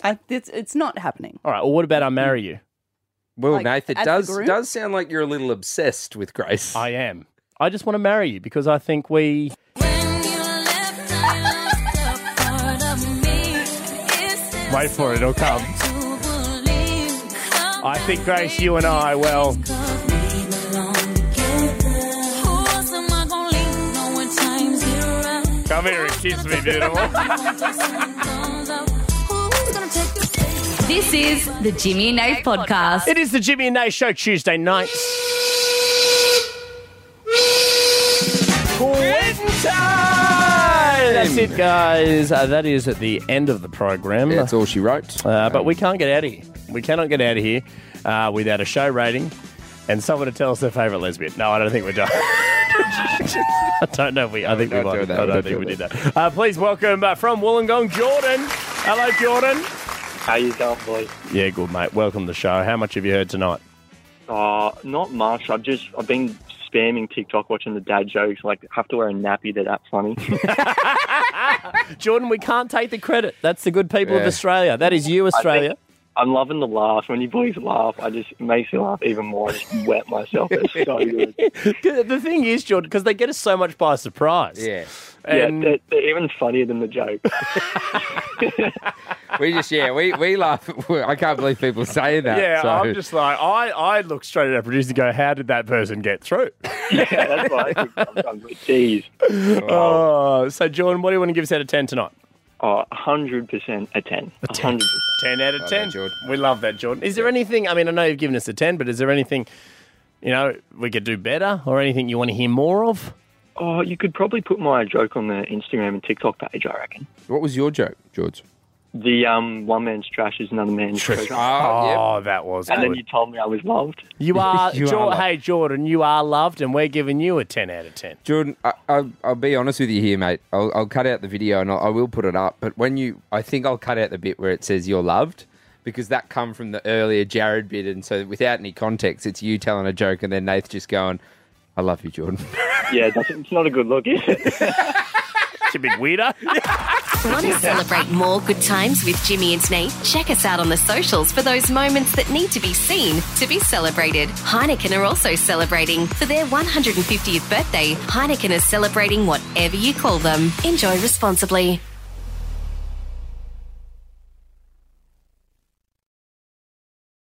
[SPEAKER 1] I, it's, it's not happening.
[SPEAKER 2] All right. Well, what about I marry you?
[SPEAKER 3] Well,
[SPEAKER 1] Like,
[SPEAKER 3] Nath, it
[SPEAKER 1] as the
[SPEAKER 3] does
[SPEAKER 1] groom?
[SPEAKER 3] does sound like you're a little obsessed with Grace.
[SPEAKER 2] I am. I just want to marry you because I think we. Wait for it, it'll come. I think Grace, you and I, well, come here and kiss me, beautiful.
[SPEAKER 11] This is the Jimmy and Nate podcast.
[SPEAKER 2] It is the Jimmy and Nate Show Tuesday night. That's it, guys. Uh, that is at the end of the program.
[SPEAKER 3] That's all she wrote.
[SPEAKER 2] Uh, but we can't get out of here. We cannot get out of here uh, without a show rating and someone to tell us their favourite lesbian. No, I don't think we're done. I don't know if we. I think we
[SPEAKER 3] don't
[SPEAKER 2] might.
[SPEAKER 3] do that.
[SPEAKER 2] I don't
[SPEAKER 3] Don't
[SPEAKER 2] think
[SPEAKER 3] do
[SPEAKER 2] we did
[SPEAKER 3] that.
[SPEAKER 2] that. Uh, please welcome uh, from Wollongong, Jordan. Hello, Jordan.
[SPEAKER 8] How you going, boys?
[SPEAKER 2] Yeah, good mate. Welcome to the show. How much have you heard tonight?
[SPEAKER 8] Uh, not much. I've just I've been spamming TikTok, watching the dad jokes. Like, have to wear a nappy. They're that funny.
[SPEAKER 2] Jordan, we can't take the credit. That's the good people of
[SPEAKER 8] Yeah.
[SPEAKER 2] Australia. That is you,
[SPEAKER 8] I think-
[SPEAKER 2] Australia.
[SPEAKER 8] I'm loving the laugh. When you boys laugh, I just it makes me laugh even more. I just wet myself. It's so good.
[SPEAKER 2] 'Cause the thing is, Jordan, because they get us so much by surprise.
[SPEAKER 3] Yeah.
[SPEAKER 2] And
[SPEAKER 8] yeah, they're, they're even funnier than the joke.
[SPEAKER 3] we just yeah, we, we laugh. I can't believe people say that.
[SPEAKER 2] yeah,
[SPEAKER 3] so-
[SPEAKER 2] I'm just like, I, I look straight at our producer and go, how did that person get through?
[SPEAKER 8] yeah, that's why I think sometimes like, geez.
[SPEAKER 2] Oh, so, Jordan, what do you want to give us out of 10 tonight?
[SPEAKER 8] Oh, 100% a 10. 100%.
[SPEAKER 2] 10 out of 10. we love that, Jordan. Is there anything, I mean, I know you've given us a 10, but is there anything, you know, we could do better or anything you want to hear more of?
[SPEAKER 8] Oh, you could probably put my joke on the Instagram and TikTok page, I reckon.
[SPEAKER 3] What was your joke, George?
[SPEAKER 8] The um, one man's trash is another man's treasure.
[SPEAKER 2] Oh, that was
[SPEAKER 8] And then
[SPEAKER 2] good.
[SPEAKER 8] you told me I was loved.
[SPEAKER 2] You
[SPEAKER 3] Ah,
[SPEAKER 2] are,
[SPEAKER 3] You
[SPEAKER 2] Jor-
[SPEAKER 3] are loved.
[SPEAKER 2] hey, Jordan, you are loved, and we're giving you a 10 out of 10.
[SPEAKER 3] Jordan, I, I, I'll be honest with you here, mate. I'll, I'll cut out the video and I'll, I will put it up. But when you, I think I'll cut out the bit where it says you're loved because that come from the earlier Jared bit, and so without any context, it's you telling a joke and then Nath just going, "I love you, Jordan."
[SPEAKER 8] Yeah, that's, it's not a good look, is it?
[SPEAKER 2] it's a big weirdo.
[SPEAKER 11] Want to celebrate more good times with Jimmy and Nate? Check us out on the socials for those moments that need to be seen to be celebrated. Heineken are also celebrating. For their 150th birthday, Heineken is celebrating whatever you call them. Enjoy responsibly.